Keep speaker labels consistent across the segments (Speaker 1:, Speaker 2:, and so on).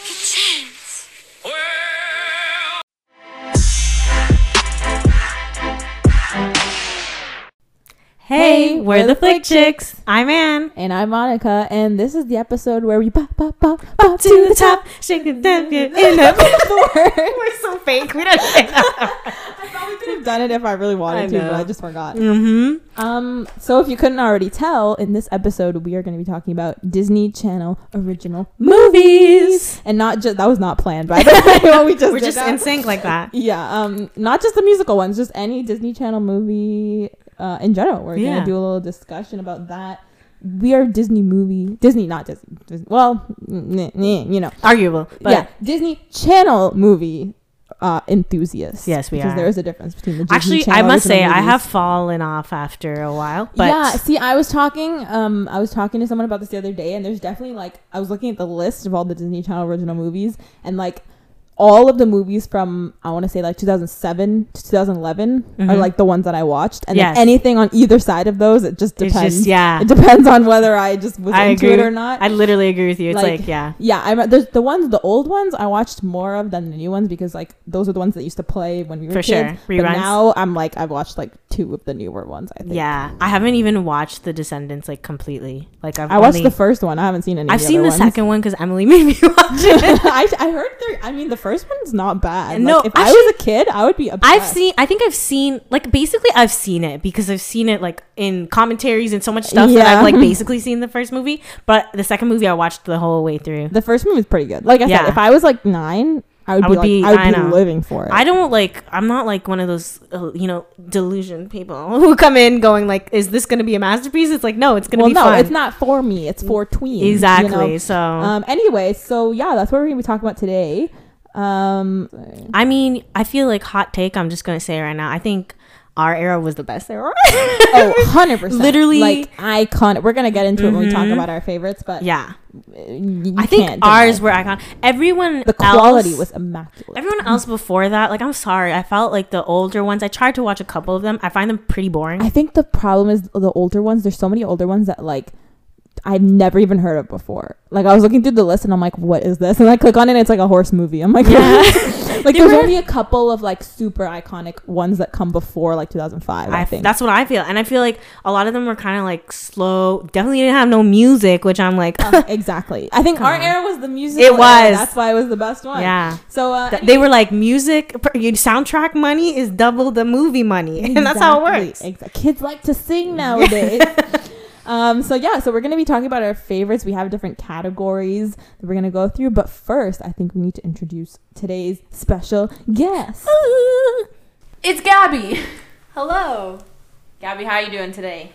Speaker 1: Take a chance.
Speaker 2: Hey, we're the Flick Chicks. I'm Ann.
Speaker 3: And I'm Monica, and this is the episode where we pop, pop, pop, pop
Speaker 2: To the top, shake it, dip it in the We're so fake. We don't say that.
Speaker 3: I could have done it if I really wanted
Speaker 2: I
Speaker 3: to, but
Speaker 2: know.
Speaker 3: I just forgot.
Speaker 2: Mm-hmm.
Speaker 3: Um, so if you couldn't already tell, in this episode we are going to be talking about Disney Channel original,
Speaker 2: Movies.
Speaker 3: and not just that was not planned by the way. what we just
Speaker 2: We're
Speaker 3: did
Speaker 2: just
Speaker 3: that.
Speaker 2: in sync like that.
Speaker 3: Yeah, um, not just the musical ones, just any Disney Channel movie uh, in general. We're
Speaker 2: Yeah.
Speaker 3: gonna do a little discussion about that. We are Disney movie, Disney, not Disney. Disney well, n- n- n- you know,
Speaker 2: Arguable. But
Speaker 3: yeah, Disney Channel movie uh, enthusiasts.
Speaker 2: Yes, we
Speaker 3: because
Speaker 2: are.
Speaker 3: there is a difference between the Disney
Speaker 2: actually, I
Speaker 3: Channel
Speaker 2: must say,
Speaker 3: original
Speaker 2: I
Speaker 3: movies.
Speaker 2: have fallen off after a while. But
Speaker 3: yeah, see, I was talking, um, I was talking to someone about this the other day, and there's definitely like I was looking at the list of all the Disney Channel original movies, and like all of the movies from I want to say like 2007 to 2011 are
Speaker 2: Mhm.
Speaker 3: like the ones that I watched, and
Speaker 2: Yes.
Speaker 3: then anything on either side of those, it just
Speaker 2: It's just-
Speaker 3: depends.
Speaker 2: yeah.
Speaker 3: it depends on whether I just was
Speaker 2: I
Speaker 3: into
Speaker 2: agree.
Speaker 3: it or not.
Speaker 2: I literally agree with you. It's like,
Speaker 3: Like-
Speaker 2: yeah.
Speaker 3: yeah, I there's the ones, the old ones I watched more of than the new ones because like those are the ones that used to play when we were
Speaker 2: For sure.
Speaker 3: kids.
Speaker 2: Reruns.
Speaker 3: But now I'm like I've watched like two of the newer ones. I think.
Speaker 2: Yeah. I haven't even watched The Descendants like completely. Like I've
Speaker 3: I watched
Speaker 2: only-
Speaker 3: the first one. I haven't seen any.
Speaker 2: I've
Speaker 3: of
Speaker 2: seen the
Speaker 3: the, other ones.
Speaker 2: second one because Emily made me watch it.
Speaker 3: I, I heard there. I mean, the first one's not bad.
Speaker 2: No,
Speaker 3: like, if I was a kid, I would be obsessed.
Speaker 2: I've seen. I think I've seen. Like basically, I've seen it because I've seen it like in commentaries and so much stuff that I've
Speaker 3: Yeah.
Speaker 2: like basically seen the first movie. But the second movie, I watched the whole way through.
Speaker 3: the first movie was pretty good. Like I
Speaker 2: Yeah.
Speaker 3: said, if I was like nine, I would,
Speaker 2: I would
Speaker 3: be,
Speaker 2: be-
Speaker 3: like,
Speaker 2: I
Speaker 3: I would be
Speaker 2: know.
Speaker 3: living for it.
Speaker 2: I don't like. I'm not like one of those, uh, you know, delusion people who come in going like, "Is this going to be a masterpiece?" It's like, no, it's going to
Speaker 3: well,
Speaker 2: be
Speaker 3: no,
Speaker 2: fun.
Speaker 3: it's not for me. It's for tweens. you
Speaker 2: exactly.
Speaker 3: know?
Speaker 2: So
Speaker 3: Um. Anyway, so yeah, that's what we're gonna be talking about today. Um.
Speaker 2: I mean, I feel like hot take. I'm just going to say right now. I think our era was the best era.
Speaker 3: Oh, 100 percent.
Speaker 2: Literally- Mm-hmm.
Speaker 3: like icon. We're gonna get into it when we talk about our favorites, but
Speaker 2: yeah,
Speaker 3: I
Speaker 2: I think ours were icon. Everyone
Speaker 3: the quality
Speaker 2: else-
Speaker 3: was immaculate.
Speaker 2: Everyone else before that, like I'm sorry, I felt like the older ones. I tried to watch a couple of them. I find them pretty boring.
Speaker 3: I think the problem is the older ones. There's so many older ones that like I've never even heard of before. Like I was looking through the list and I'm like, what is this? And I click on it, and it's like a horse movie. I'm like, like there's
Speaker 2: were-
Speaker 3: only a couple of like super iconic ones that come before like 2005. I,
Speaker 2: I
Speaker 3: think
Speaker 2: that's what I feel, and I feel like a lot of them were kind of like slow. Definitely didn't have no music, which I'm like,
Speaker 3: Uh, exactly. I think
Speaker 2: Come
Speaker 3: our
Speaker 2: on.
Speaker 3: era was the music.
Speaker 2: It was.
Speaker 3: That's why it was the best one.
Speaker 2: yeah.
Speaker 3: So uh,
Speaker 2: Th- They were like music. pr- you- Soundtrack money is double the movie money, and that's how it works.
Speaker 3: Exactly. Exa- Kids like to sing nowadays. um, so yeah, so we're gonna be talking about our favorites. We have different categories that we're gonna go through, but first, I think we need to introduce today's special guest.
Speaker 4: It's Gabby. Hello. Gabby, how are you doing today?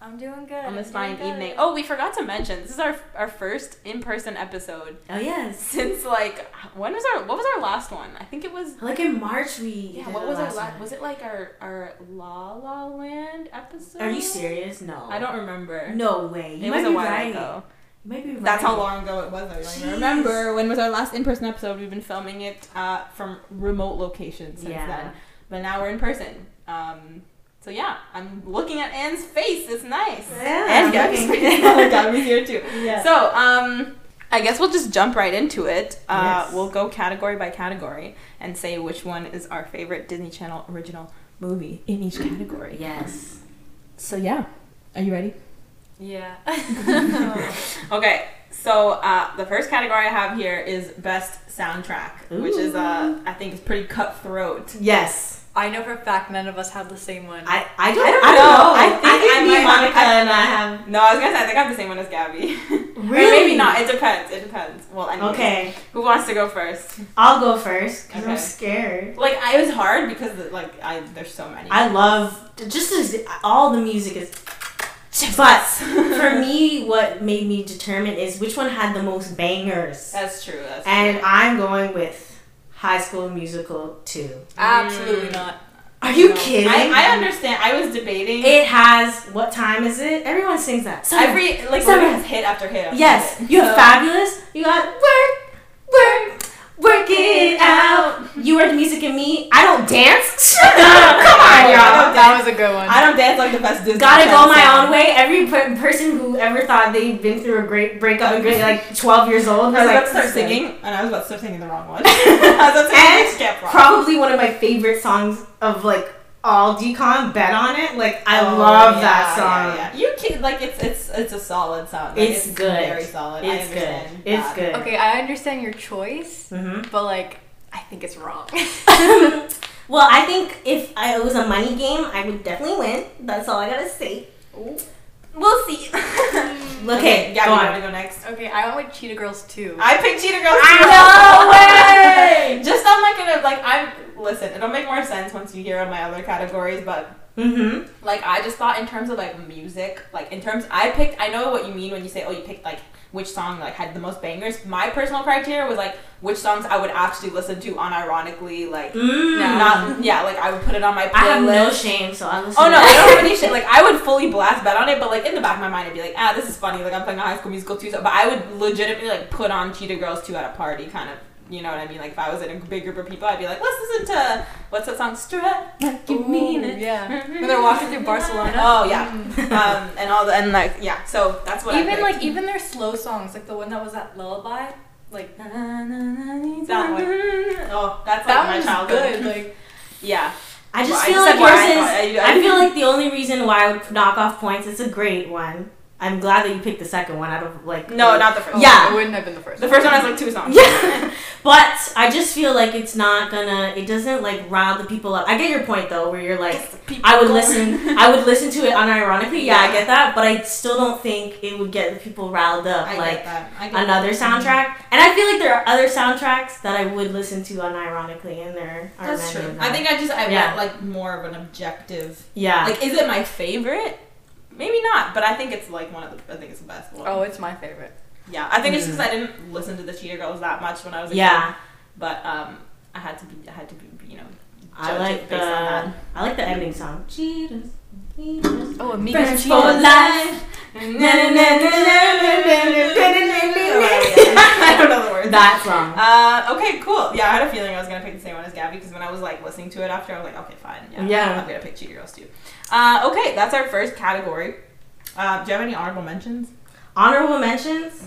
Speaker 4: I'm doing good. On this fine evening. Oh, we forgot to mention this is our our first in person episode
Speaker 2: Oh yes,
Speaker 4: since like when was our what was our last one? I think it was
Speaker 2: like in March we.
Speaker 4: yeah. What was our last? Was it like our our La La Land episode?
Speaker 2: serious? No,
Speaker 4: I don't remember.
Speaker 2: No way.
Speaker 4: it was a while ago.
Speaker 2: You might be right.
Speaker 4: That's how long ago it was. I don't even
Speaker 2: Jeez.
Speaker 4: remember when was our last in person episode. We've been filming it uh, from remote locations since
Speaker 2: Yeah.
Speaker 4: then, but now we're in person. Um, so yeah, I'm looking at Anne's face. It's nice,
Speaker 2: Yeah,
Speaker 4: and
Speaker 2: I'm
Speaker 4: Gabby's
Speaker 2: looking.
Speaker 4: face. Oh, Gabby's here too.
Speaker 2: Yeah.
Speaker 4: So um, I guess we'll just jump right into it. Uh,
Speaker 2: Yes.
Speaker 4: We'll go category by category and say which one is our favorite Disney Channel original movie in each category.
Speaker 2: Yes.
Speaker 4: So yeah, are you ready?
Speaker 1: Yeah.
Speaker 4: Okay, so uh, the first category I have here is best soundtrack, which is uh, I think is pretty cutthroat.
Speaker 2: Yes.
Speaker 1: I know for a fact none of us have the same one.
Speaker 2: I, I
Speaker 4: don't- I don't know. I think I might- I-
Speaker 2: and I have.
Speaker 4: No, I was gonna say I think I have the same one as Gabby. Or maybe not. It depends. It depends. Well, anyway.
Speaker 2: Okay,
Speaker 4: Who wants to go first?
Speaker 2: I'll go first because I'm
Speaker 4: Okay.
Speaker 2: scared.
Speaker 4: Like, I it was hard because like I there's so many.
Speaker 2: I love just as all the music is. But for me, what made me determine is which one had the most bangers,
Speaker 4: that's true. That's
Speaker 2: and I'm going with High School Musical 2.
Speaker 1: Absolutely not.
Speaker 2: Are you
Speaker 4: No.
Speaker 2: kidding?
Speaker 4: I, I understand. I was debating.
Speaker 2: it has what time is it? Everyone sings that. So
Speaker 4: Every like
Speaker 2: Sorry.
Speaker 4: literally has hit after hit. After
Speaker 2: Yes,
Speaker 4: hit.
Speaker 2: you have
Speaker 4: So-
Speaker 2: fabulous. You got work, work, work it out.
Speaker 5: out.
Speaker 2: You are the music and me. I don't dance. Shut up. Come on, y'all.
Speaker 6: That was a good one.
Speaker 3: I don't dance like the best Disney.
Speaker 2: Gotta
Speaker 3: channel
Speaker 2: go my
Speaker 3: song.
Speaker 2: own way. Every per- person who ever thought they'd been through a great breakup and great, like 12 years old,
Speaker 3: I was about
Speaker 2: like,
Speaker 3: to start
Speaker 2: this is-
Speaker 3: singing, and I was about to start singing the wrong one. I was about to sing
Speaker 2: And
Speaker 3: Witch Camp Rock.
Speaker 2: Probably one of my favorite songs of like all decon. Bet on it. Like I
Speaker 3: Oh,
Speaker 2: love
Speaker 3: yeah,
Speaker 2: that
Speaker 3: yeah,
Speaker 2: song.
Speaker 3: yeah. You can like it's it's it's a solid song. Like,
Speaker 2: It's good.
Speaker 3: Very solid. I
Speaker 2: It's
Speaker 3: understand
Speaker 2: good.
Speaker 3: that.
Speaker 2: It's good.
Speaker 6: okay, I understand your choice,
Speaker 2: hmm
Speaker 6: but like, I think it's wrong.
Speaker 2: well, I think if I, it was a money game, I would definitely win. That's all I gotta say.
Speaker 5: We'll see.
Speaker 2: Okay,
Speaker 3: Gabby,
Speaker 2: go
Speaker 3: you
Speaker 2: on.
Speaker 3: want to go next?
Speaker 6: okay, I went with Cheetah Girls too.
Speaker 3: I picked Cheetah Girls.
Speaker 5: I
Speaker 3: too.
Speaker 5: know, way!
Speaker 3: Just I'm not gonna like I'm. Listen, it'll make more sense once you hear on my other categories, but
Speaker 2: Mm-hmm.
Speaker 3: like I just thought in terms of like music, like in terms I picked. I know what you mean when you say, oh, you picked like which song like had the most bangers. My personal criteria was like which songs I would actually listen to unironically, like
Speaker 2: Mm.
Speaker 3: not yeah, like I would put it on my playlist.
Speaker 2: I have no shame, so I listen.
Speaker 3: Oh
Speaker 2: to
Speaker 3: no, I
Speaker 2: that.
Speaker 3: don't have any shit. Like I would fully blast bet on it, but like in the back of my mind, I'd be like, ah, this is funny. Like I'm playing a High School Musical too, so, but I would legitimately like put on Cheetah Girls two at a party, kind of. You know what I mean? Like if I was in a big group of people, I'd be like, let's listen to what's that song? Strut like you
Speaker 6: Ooh,
Speaker 3: mean it.
Speaker 6: yeah. When they're walking through Barcelona.
Speaker 3: Oh yeah, um, and all the and like yeah. So that's what I
Speaker 6: even
Speaker 3: picked.
Speaker 6: like e-, even their slow songs, like the one that was that lullaby, like
Speaker 3: that one. Oh, that's like my
Speaker 6: that one's
Speaker 3: childhood.
Speaker 6: good. Like
Speaker 3: Yeah,
Speaker 2: I just
Speaker 3: Well, I
Speaker 2: feel
Speaker 3: said
Speaker 2: like
Speaker 3: what I
Speaker 2: yours
Speaker 3: thought.
Speaker 2: is.
Speaker 3: I- I-
Speaker 2: I feel like the only reason why I would knock off points. It's a great one. I'm glad that you picked the second one out of like.
Speaker 3: no, not the first.
Speaker 2: Yeah.
Speaker 6: it wouldn't have been the first.
Speaker 3: the first one has like two songs.
Speaker 2: Yeah, but I just feel like it's not gonna. It doesn't like rile the people up. I get your point though, where you're like, I would listen. I would listen to it unironically. Yeah, I get that, but I still don't think it would get the people riled up.
Speaker 3: I
Speaker 2: like
Speaker 3: get that. I get
Speaker 2: another soundtrack, and I feel like there are other soundtracks that I would listen to unironically, and there are
Speaker 3: That's
Speaker 2: many
Speaker 3: true.
Speaker 2: of them.
Speaker 3: I think I just I
Speaker 2: Yeah. Ah.
Speaker 3: want like more of an objective.
Speaker 2: yeah.
Speaker 3: Like, is it my favorite? Maybe not, but I think it's like one of the. I think it's the best one.
Speaker 6: Oh, it's my favorite.
Speaker 3: yeah. I think it's just 'cause I didn't listen to the Cheetah Girls that much when I was a
Speaker 2: Mm. yeah,
Speaker 3: kid, but um, I had to be. I had to be. You know,
Speaker 2: I
Speaker 3: judge
Speaker 2: like
Speaker 3: it
Speaker 2: the
Speaker 3: based on that.
Speaker 2: I like the ending song. Cheetahs, cheetahs.
Speaker 6: Oh,
Speaker 2: Friends for life.
Speaker 3: I don't know the words.
Speaker 2: That song.
Speaker 3: Uh, okay, cool. Yeah, I had a feeling I was gonna pick the same one as Gabby because when I was like listening to it after, I was like, okay, fine. Yeah,
Speaker 2: Yeah.
Speaker 3: I'm gonna pick Cheetah Girls too. Uh, okay, that's our first category. Uh, do you have any honorable mentions?
Speaker 2: Honorable mentions.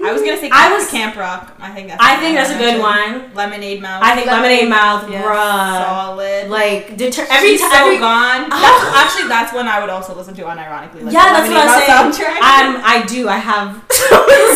Speaker 3: I was gonna say
Speaker 2: Mm, I was.
Speaker 3: Camp Rock. I think that's.
Speaker 2: I
Speaker 3: an
Speaker 2: think that's a good
Speaker 3: honorable
Speaker 2: one.
Speaker 3: mention. Lemonade Mouth.
Speaker 2: I think Lemonade Mouth,
Speaker 3: Yeah,
Speaker 2: bruh.
Speaker 3: solid.
Speaker 2: Like deter- every
Speaker 3: She's
Speaker 2: time.
Speaker 3: so
Speaker 2: every-
Speaker 3: gone.
Speaker 2: Oh.
Speaker 3: That's, actually, that's one I would also listen to unironically. Like
Speaker 2: yeah,
Speaker 3: the
Speaker 2: that's what
Speaker 3: Lemonade
Speaker 2: I'm
Speaker 3: Mouth
Speaker 2: saying.
Speaker 3: soundtrack.
Speaker 2: Um, I do. I have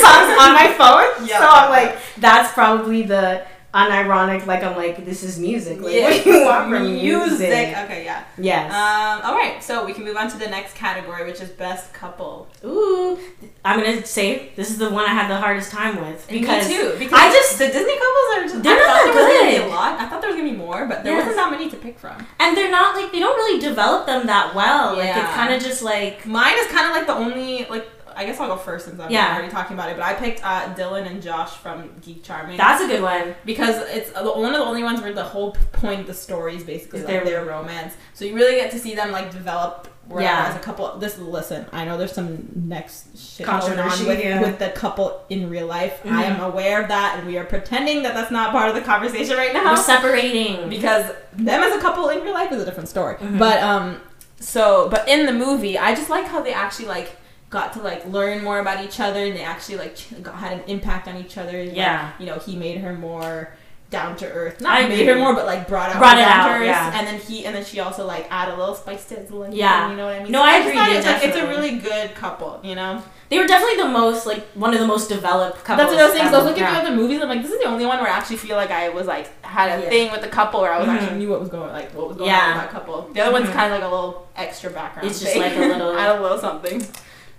Speaker 2: songs on my phone,
Speaker 3: Yeah.
Speaker 2: so I'm like, that's probably the unironic. Like I'm like, this is music. Like,
Speaker 3: Yeah.
Speaker 2: what do you want from music?
Speaker 3: music. Okay, yeah.
Speaker 2: Yes.
Speaker 3: Um, all right, so we can move on to the next category, which is best couple.
Speaker 2: Ooh, I'm gonna say this is the one I had the hardest time with because
Speaker 3: Me too, because
Speaker 2: I just
Speaker 3: the Disney couples are just
Speaker 2: They're
Speaker 3: I
Speaker 2: not
Speaker 3: thought there was gonna be
Speaker 2: good.
Speaker 3: a lot. I thought there was gonna be more, but there
Speaker 2: Yes.
Speaker 3: wasn't that many to pick from.
Speaker 2: and they're not like they don't really develop them that well. Like it's
Speaker 3: Yeah.
Speaker 2: kind of just like
Speaker 3: Mine is kind of like the only like I guess I'll go first since I'm
Speaker 2: Yeah.
Speaker 3: already talking about it. But I picked uh, Dylan and Josh from Geek Charming
Speaker 2: that's a good one.
Speaker 3: because it's the- one of the only ones where the whole point of the story is basically
Speaker 2: Is
Speaker 3: like
Speaker 2: their-
Speaker 3: their romance. So you really get to see them like develop. where
Speaker 2: Yeah.
Speaker 3: As a couple, this listen. I know there's some next shit going on
Speaker 2: Controversy,
Speaker 3: with,
Speaker 2: yeah. Mm-hmm.
Speaker 3: with the couple in real life. I am aware of that, and we are pretending that that's not part of the conversation right now.
Speaker 2: We're separating.
Speaker 3: because them as a couple in real life is a different story.
Speaker 2: Mm-hmm.
Speaker 3: But um, so but in the movie, I just like how they actually like got to like learn more about each other, and they actually like ch- got, had an impact on each other. and, like,
Speaker 2: Yeah.
Speaker 3: you know, he made her more down to earth. Not
Speaker 2: I
Speaker 3: made
Speaker 2: agree.
Speaker 3: her more, but like brought out
Speaker 2: Brought it
Speaker 3: down to
Speaker 2: out,
Speaker 3: earth.
Speaker 2: yeah.
Speaker 3: And then he and then she also like add a little spice to his life.
Speaker 2: Yeah.
Speaker 3: you know what I mean.
Speaker 2: No,
Speaker 3: So
Speaker 2: I
Speaker 3: just
Speaker 2: agree,
Speaker 3: thought
Speaker 2: yeah,
Speaker 3: It's, like, it's a
Speaker 2: definitely.
Speaker 3: really good couple. You know.
Speaker 2: They were definitely the most like one of the most developed couples.
Speaker 3: That's one of those things. I was
Speaker 2: ever.
Speaker 3: looking
Speaker 2: Yeah.
Speaker 3: at the movies. I'm like, this is the only one where I actually feel like I was like had a
Speaker 2: Yeah.
Speaker 3: thing with the couple, where I was
Speaker 2: Mhm.
Speaker 3: actually knew what was going, like what was going on
Speaker 2: Yeah.
Speaker 3: with that couple. The other one's kind of like a little extra background.
Speaker 2: It's just
Speaker 3: thing.
Speaker 2: like a little-
Speaker 3: add a little something.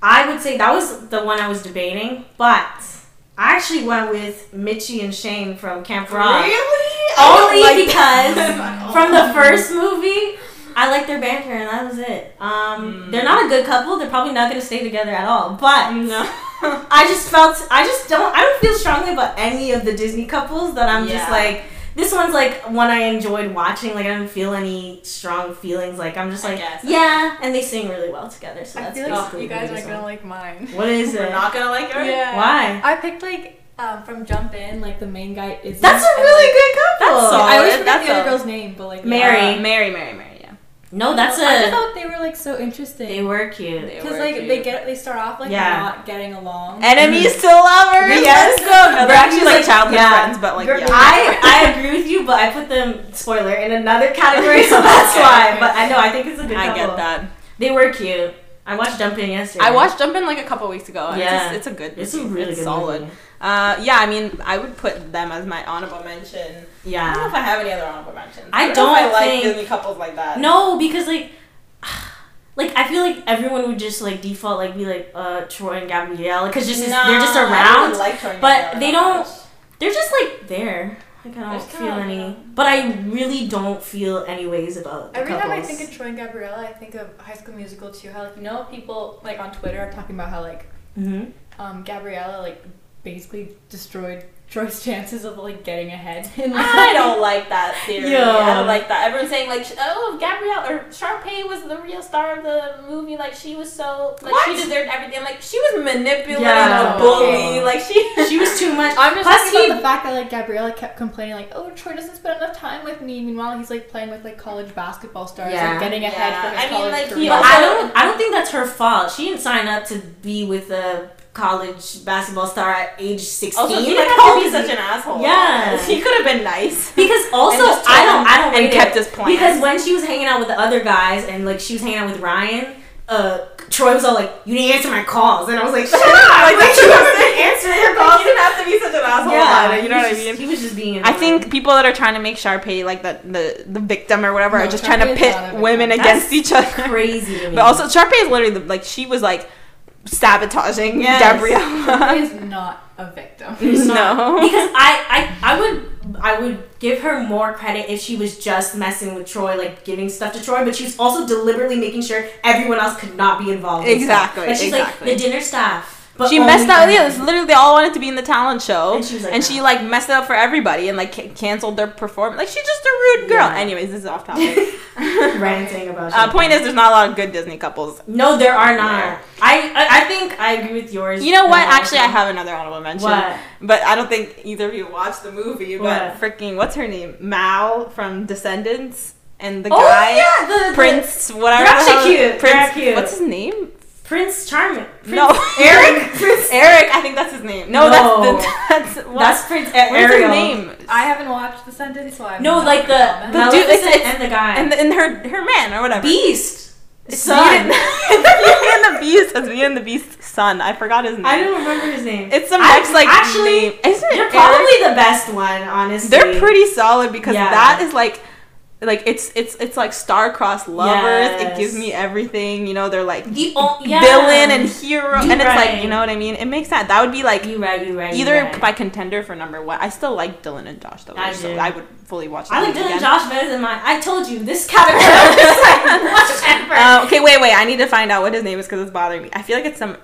Speaker 2: I would say that was the one I was debating, but I actually went with Mitchie and Shane from Camp Rock.
Speaker 3: Really?
Speaker 2: Only
Speaker 3: that.
Speaker 2: because from the first movie, I liked their banter and that was it. Um,
Speaker 3: Mm.
Speaker 2: They're not a good couple. They're probably not going to stay together at all. But
Speaker 3: no.
Speaker 2: I just felt I just don't I don't feel strongly about any of the Disney couples that I'm just
Speaker 3: Yeah.
Speaker 2: like this one's like one I enjoyed watching. Like I don't feel any strong feelings. Like I'm just
Speaker 3: I
Speaker 2: like
Speaker 3: guess. Oh,
Speaker 2: yeah, and they sing really well together. So
Speaker 6: I
Speaker 2: that's
Speaker 6: feel like
Speaker 2: basically
Speaker 6: you guys
Speaker 2: the
Speaker 6: aren't
Speaker 2: reason.
Speaker 6: gonna like mine.
Speaker 2: What is
Speaker 3: We're
Speaker 2: it?
Speaker 3: not gonna like her.
Speaker 6: Yeah.
Speaker 2: Why?
Speaker 6: I picked like um, from Jump In, like the main guy is.
Speaker 2: That's a really good couple.
Speaker 3: That's solid.
Speaker 6: I always forget
Speaker 3: That's
Speaker 6: the other
Speaker 3: a-
Speaker 6: girl's name, but like
Speaker 2: Mary.
Speaker 3: Uh, Mary, Mary, Mary. Yeah.
Speaker 2: No, that's
Speaker 6: I just
Speaker 2: a.
Speaker 6: thought they were like so interesting.
Speaker 2: They were cute.
Speaker 3: They
Speaker 6: because
Speaker 3: were
Speaker 6: like
Speaker 3: cute.
Speaker 6: they get they start off like
Speaker 2: Yeah.
Speaker 6: not getting along.
Speaker 3: enemies to lovers.
Speaker 2: Yes.
Speaker 3: Let's go. No,
Speaker 2: We're
Speaker 3: they're actually like
Speaker 2: like-
Speaker 3: childhood
Speaker 2: yeah.
Speaker 3: friends, but like
Speaker 2: Girl,
Speaker 3: yeah.
Speaker 2: I I agree with you, but I put them spoiler in another category, so that's why. But I know I think it's a good.
Speaker 3: I
Speaker 2: couple.
Speaker 3: get that.
Speaker 2: They were cute. I watched Jumping yesterday.
Speaker 3: I watched Jump In like a couple weeks ago. And
Speaker 2: Yeah.
Speaker 3: it's, just- it's a good.
Speaker 2: It's a
Speaker 3: movie.
Speaker 2: really
Speaker 3: It's
Speaker 2: good
Speaker 3: solid.
Speaker 2: movie.
Speaker 3: Uh, yeah, I mean, I would put them as my honorable mention. I don't know
Speaker 2: Yeah.
Speaker 3: if I have any other honorable mentions.
Speaker 2: I
Speaker 3: know if
Speaker 2: don't
Speaker 3: I
Speaker 2: think-
Speaker 3: like Disney couples like that.
Speaker 2: No, because like, like I feel like everyone would just like default like be like uh Troy and Gabrielle because just
Speaker 3: No,
Speaker 2: they're just
Speaker 3: I don't
Speaker 2: around.
Speaker 3: really like Troy and
Speaker 2: but
Speaker 3: Gabrielle
Speaker 2: they
Speaker 3: that
Speaker 2: don't-
Speaker 6: Oh,
Speaker 3: much.
Speaker 2: They're just like there. Like I don't
Speaker 3: There's
Speaker 2: feel
Speaker 3: kind of-
Speaker 2: any, but I really don't feel any ways about. The
Speaker 6: Every
Speaker 2: couples.
Speaker 6: time I think of Troy and Gabriella, I think of High School Musical too. How like you know people like on Twitter are talking about how like
Speaker 2: Mhm.
Speaker 6: um, Gabriella like basically destroyed Troy's chances of like getting ahead. And, like,
Speaker 3: I don't like that theory.
Speaker 2: Yeah.
Speaker 3: I don't like that. Everyone's saying like, oh, Gabrielle or Sharpay was the real star of the movie. Like she was so like
Speaker 2: What?
Speaker 3: she deserved everything. Like she was manipulating
Speaker 2: Yeah.
Speaker 3: the bully. Like she.
Speaker 2: she was too much.
Speaker 6: I'm just
Speaker 2: Plus
Speaker 6: talking
Speaker 2: he
Speaker 6: about the fact that like Gabriella kept complaining like, oh Troy doesn't spend enough time with me. Meanwhile, he's like playing with like college basketball stars,
Speaker 2: Yeah.
Speaker 6: like getting ahead
Speaker 3: Yeah.
Speaker 6: for his
Speaker 3: I mean,
Speaker 6: college
Speaker 3: like, he
Speaker 6: career.
Speaker 2: But
Speaker 3: also-
Speaker 2: I don't. I don't think that's her fault. She didn't sign up to be with a college basketball star at age sixteen.
Speaker 3: Also, he
Speaker 2: Like,
Speaker 3: didn't
Speaker 2: how
Speaker 3: have to be
Speaker 2: is
Speaker 3: such
Speaker 2: he-
Speaker 3: an asshole.
Speaker 2: Yeah.
Speaker 3: he could have been nice.
Speaker 2: Because also,
Speaker 3: And just
Speaker 2: I don't.
Speaker 3: told
Speaker 2: I don't.
Speaker 3: him and
Speaker 2: rate
Speaker 3: kept
Speaker 2: it.
Speaker 3: his plans.
Speaker 2: Because when she was hanging out with the other guys and like she was hanging out with Ryan, uh, Troy was all like, "You didn't answer my calls," and I was like, "Shut up!
Speaker 3: Like,
Speaker 2: Like,
Speaker 3: that's
Speaker 2: you
Speaker 3: what I'm
Speaker 2: haven't answered your calls."
Speaker 3: didn't have to be such an asshole about it. You know
Speaker 2: he
Speaker 3: what I
Speaker 2: was just-
Speaker 3: mean?
Speaker 2: He was just being.
Speaker 3: I think people that are trying to make Sharpay like the, the, the victim or whatever
Speaker 6: No,
Speaker 3: are just
Speaker 6: Sharpay
Speaker 3: trying to
Speaker 6: is
Speaker 3: pit
Speaker 6: not a victim.
Speaker 3: women
Speaker 2: That's
Speaker 3: against each other.
Speaker 2: crazy. To me.
Speaker 3: But also, Sharpay is literally the, like she was like sabotaging
Speaker 2: Yes.
Speaker 6: Troy
Speaker 3: Gabriella.
Speaker 6: is not a victim.
Speaker 3: no,
Speaker 2: because I, I I would I would give her more credit if she was just messing with Troy, like giving stuff to Troy, but she was also deliberately making sure everyone else could not be involved. in stuff.
Speaker 3: Exactly,
Speaker 2: Like she's
Speaker 3: exactly.
Speaker 2: like the dinner staff. But
Speaker 3: she
Speaker 2: only
Speaker 3: messed up.
Speaker 2: her.
Speaker 3: Yeah, it's literally they all wanted to be in the talent show,
Speaker 2: And she was like, "No."
Speaker 3: she like messed it up for everybody and like ca- canceled their performance. Like she's just a rude girl.
Speaker 2: Yeah.
Speaker 3: Anyways, this is off topic.
Speaker 2: ranting about.
Speaker 3: uh,
Speaker 2: Sharpay.
Speaker 3: point is, there's not a lot of good Disney couples.
Speaker 2: no, there are not.
Speaker 3: Yeah.
Speaker 2: I, I I think I agree with yours.
Speaker 3: You know what?
Speaker 2: No,
Speaker 3: Actually, I have another honorable mention.
Speaker 2: What?
Speaker 3: But I don't think either of you watched the movie. But
Speaker 2: What?
Speaker 3: freaking, what's her name? Mal from Descendants and the
Speaker 2: Oh
Speaker 3: guy
Speaker 2: yeah, the- the
Speaker 3: Prince. Whatever.
Speaker 2: They're
Speaker 3: the
Speaker 2: actually
Speaker 3: hell-
Speaker 2: cute. They're
Speaker 3: Prince.
Speaker 2: cute.
Speaker 3: What's his name?
Speaker 2: Prince Charming. Prince
Speaker 3: No,
Speaker 2: Eric.
Speaker 3: Prince Eric. I think that's his name. No,
Speaker 2: No.
Speaker 3: that's the, that's what,
Speaker 2: That's Prince
Speaker 3: what's
Speaker 2: Ariel.
Speaker 3: his name?
Speaker 6: I haven't watched the sentence, so I
Speaker 2: No, like the
Speaker 3: The dude-
Speaker 2: Maleficent
Speaker 3: it's- it's-
Speaker 2: and the guy
Speaker 3: and, the, and her her man or whatever.
Speaker 2: Beast.
Speaker 3: It's Beauty
Speaker 2: Son.
Speaker 3: and- Beauty and the Beast. It's Beauty and the Beast's son. I forgot his name.
Speaker 2: I don't remember his name.
Speaker 3: It's some
Speaker 2: I-
Speaker 3: next like
Speaker 2: actually,
Speaker 3: name. Isn't it
Speaker 2: They're
Speaker 3: Eric?
Speaker 2: probably the best one, honestly.
Speaker 3: They're pretty solid because
Speaker 2: Yeah.
Speaker 3: that is like like it's it's it's like star-crossed lovers. It gives
Speaker 2: Yes.
Speaker 3: me everything. You know, they're like
Speaker 2: The o- yeah.
Speaker 3: villain and hero,
Speaker 2: You
Speaker 3: and it's like
Speaker 2: right.
Speaker 3: you know what I mean. It makes that that would be like
Speaker 2: You right, you right. you
Speaker 3: either
Speaker 2: right.
Speaker 3: by contender for number one. I still like Dylan and Josh though,
Speaker 2: I
Speaker 3: so
Speaker 2: do.
Speaker 3: I would fully watch.
Speaker 2: I
Speaker 3: them
Speaker 2: like Dylan
Speaker 3: again.
Speaker 2: and Josh better than mine. I told you this category. is like, whatever.
Speaker 3: Uh, okay, wait, wait. I need to find out what his name is because it's bothering me. I feel like it's some